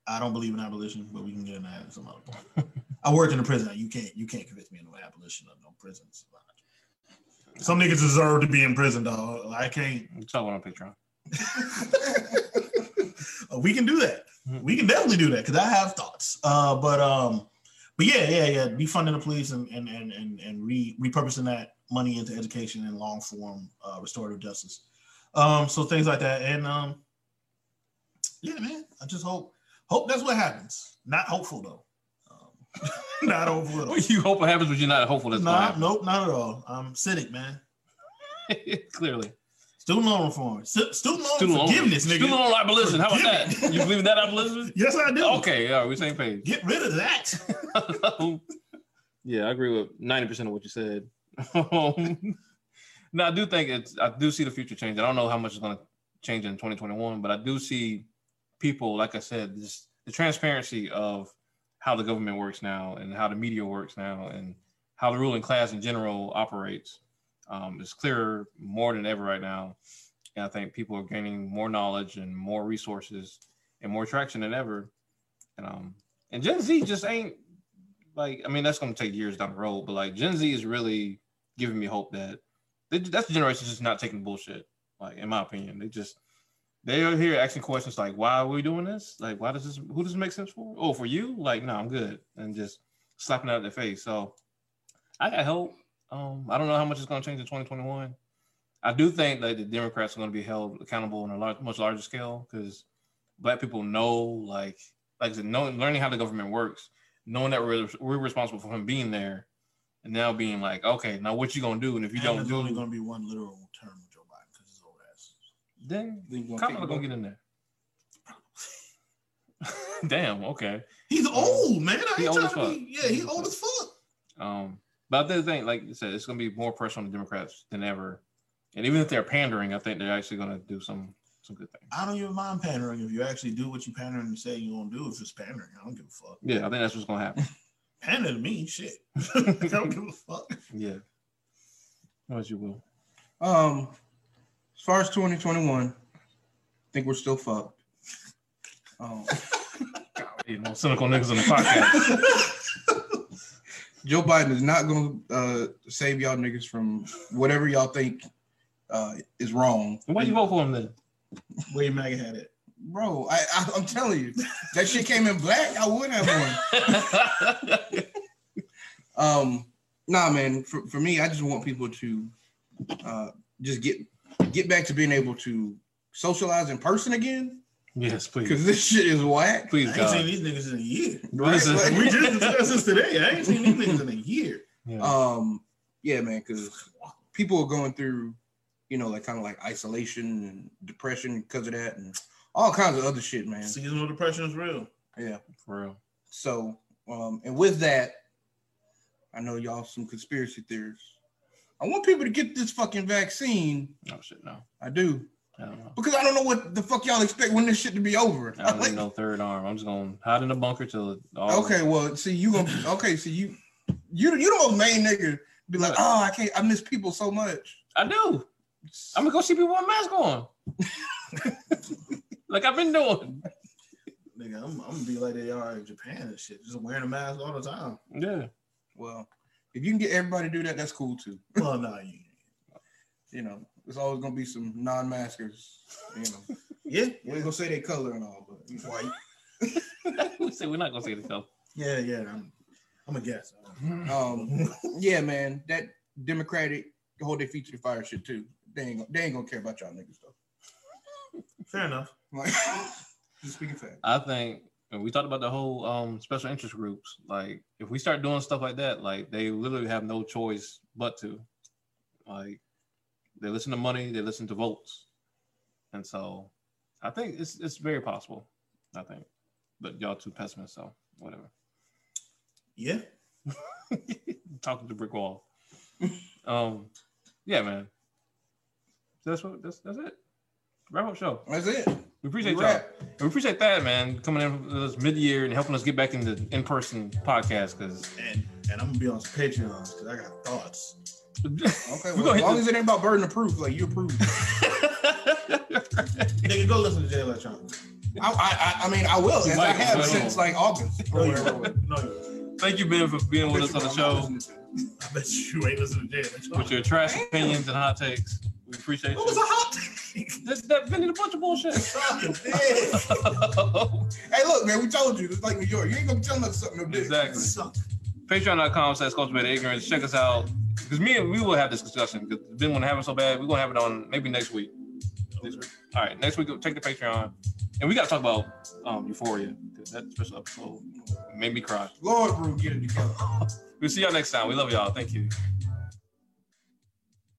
I don't believe in abolition, but we can get into that at some other point. I worked in a prison. You can't. You can't convince me of no abolition of no prisons. Some niggas deserve to be in prison, dog. I can't.
I'm talking on Patreon.
Uh, we can do that.
Mm-hmm.
We can definitely do that because I have thoughts. Uh, but um, but yeah, yeah, yeah. Defunding the police and and and and, and re, repurposing that money into education and long form uh, restorative justice. Um, so things like that. And um, yeah, man. I just hope hope that's what happens. Not hopeful though. Um, not hopeful at all.
What you hope it happens, but you're not hopeful that's
Nah,
not
nope, not at all. I'm cynic, man.
clearly.
Student loan reform, Stu- student loan
Student loan
Oh, forgiveness, nigga.
Student loan abolition. How about
Forgiveness.
that? You believe in that abolition?
Yes, I do.
Okay, all right, we're same page.
Get rid of that.
yeah, I agree with ninety percent of what you said. Um, no, I do think it's. I do see the future change. I don't know how much is going to change in 2021, but I do see people, like I said, just the transparency of how the government works now and how the media works now and how the ruling class in general operates um, is clearer more than ever right now. And I think people are gaining more knowledge and more resources and more traction than ever. And um, and Gen Z just ain't like I mean that's gonna take years down the road, but like Gen Z is really giving me hope that they, that's the generation just not taking bullshit. Like in my opinion, they just they are here asking questions like, "Why are we doing this? Like, why does this? Who does it make sense for? Oh, for you? Like, no, I'm good," and just slapping it out of their face. So I got hope. Um, I don't know how much it's gonna change in 2021. I do think that the Democrats are gonna be held accountable on a large, much larger scale because black people know, like, like I said, knowing, learning how the government works knowing that we're, we're responsible for him being there and now being like, okay, now what you gonna do? And if you
And
don't
there's
do
only
it,
going to be one literal term with Joe Biden because his old ass.
then
Then you
Kamala
take
gonna
it
get in there. Damn, okay.
He's old, man. I
He
ain't
old
trying
as
to be. Yeah, he old as fuck.
Um, but I do think, like you said, it's gonna be more pressure on the Democrats than ever. And even if they're pandering, I think they're actually gonna do some some good things.
I don't even mind pandering if you actually do what you pandering and say you're going to do. If it's pandering, I don't give a fuck.
Yeah, I think that's what's gonna happen.
Pander to me, shit. I don't give a fuck.
yeah. As you will.
Um, as far as 2021, I think we're still fucked. Um,
You know, cynical niggas on the podcast.
Joe Biden is not going to uh, save y'all niggas from whatever y'all think uh, is wrong.
Why you vote for him then?
Wade Maggot had it.
Bro, I, I, I'm telling you, that shit came in black. I would have won. Um, nah, man. For, for me, I just want people to uh, just get get back to being able to socialize in person again
yes, please.
because this shit is whack.
I
Please,
ain't seen
God.
these niggas in a year.
Right?
Listen.
Like,
We just discussed this today. I ain't seen these niggas in a year.
Yeah.
um yeah man because people are going through you know like kind of like isolation and depression because of that and all kinds of other shit man
Seasonal depression is real.
yeah
for real.
so um and with that i know y'all some conspiracy theorists i want people to get this fucking vaccine
Oh shit, no.
i do
I don't know.
because i don't know what the fuck y'all expect when this shit to be over
I don't
Like,
need no third arm. I'm just gonna hide in the bunker till it all
okay well see you gonna okay see you you you don't main nigga be like oh i can't i miss people so much
I do. I'm gonna go see people with masks on. like I've been doing.
Nigga, I'm, I'm gonna be like they are in Japan and shit, just wearing a mask all the time.
Yeah.
Well, if you can get everybody to do that, that's cool too.
Well, no, you.
You know, there's always gonna be some non-maskers. You know,
Yeah,
we ain't gonna say they color and all, but you know,
white.
we say we're not gonna say the color.
Yeah, yeah. I'm, I'm a guess.
um, yeah, man, that Democratic hold their feet to the fire shit too. They ain't gonna, they ain't gonna care about y'all niggas though.
Fair enough.
Like, just speaking fact.
I think and we talked about the whole um special interest groups. Like if we start doing stuff like that, like they literally have no choice but to. Like they listen to money, they listen to votes. And so I think it's it's very possible. I think. But y'all too pessimists, so whatever.
Yeah.
talking to brick wall. um, yeah, man. So that's what that's that's it. Wrap up show.
That's it.
We appreciate
We
that.
wrap.
We appreciate that, man, coming in for this mid year and helping us get back into in person podcast because
And and I'm gonna be on some Patreons because I got thoughts.
Okay, well, as long as it ain't about burden of proof, like you approve.
Nigga, go listen to Jay Electronics.
I, I, I- I mean, I will. As I
might,
have
bro.
since like August.
No, you won't. No, you won't.
Thank you, Ben, for being with us on the show
I bet you ain't listening to Jay
with
Electronics.
your trash opinions and hot takes. We appreciate
What was a
you.
hot take?
That, that been a bunch of bullshit.
Fucking bitch.
Hey, look, man, we told you. It's like New York. You ain't gonna tell us something. of this.
exactly.
Suck.
patreon.com slash cultivated ignorance check us out because me and we will have this discussion because been want to have it so bad we're gonna have it on maybe next week Next week. all right next week we'll check the patreon and we gotta talk about um euphoria because that special episode made me cry
Lord, Rue, get it together.
we'll see y'all next time we love y'all thank you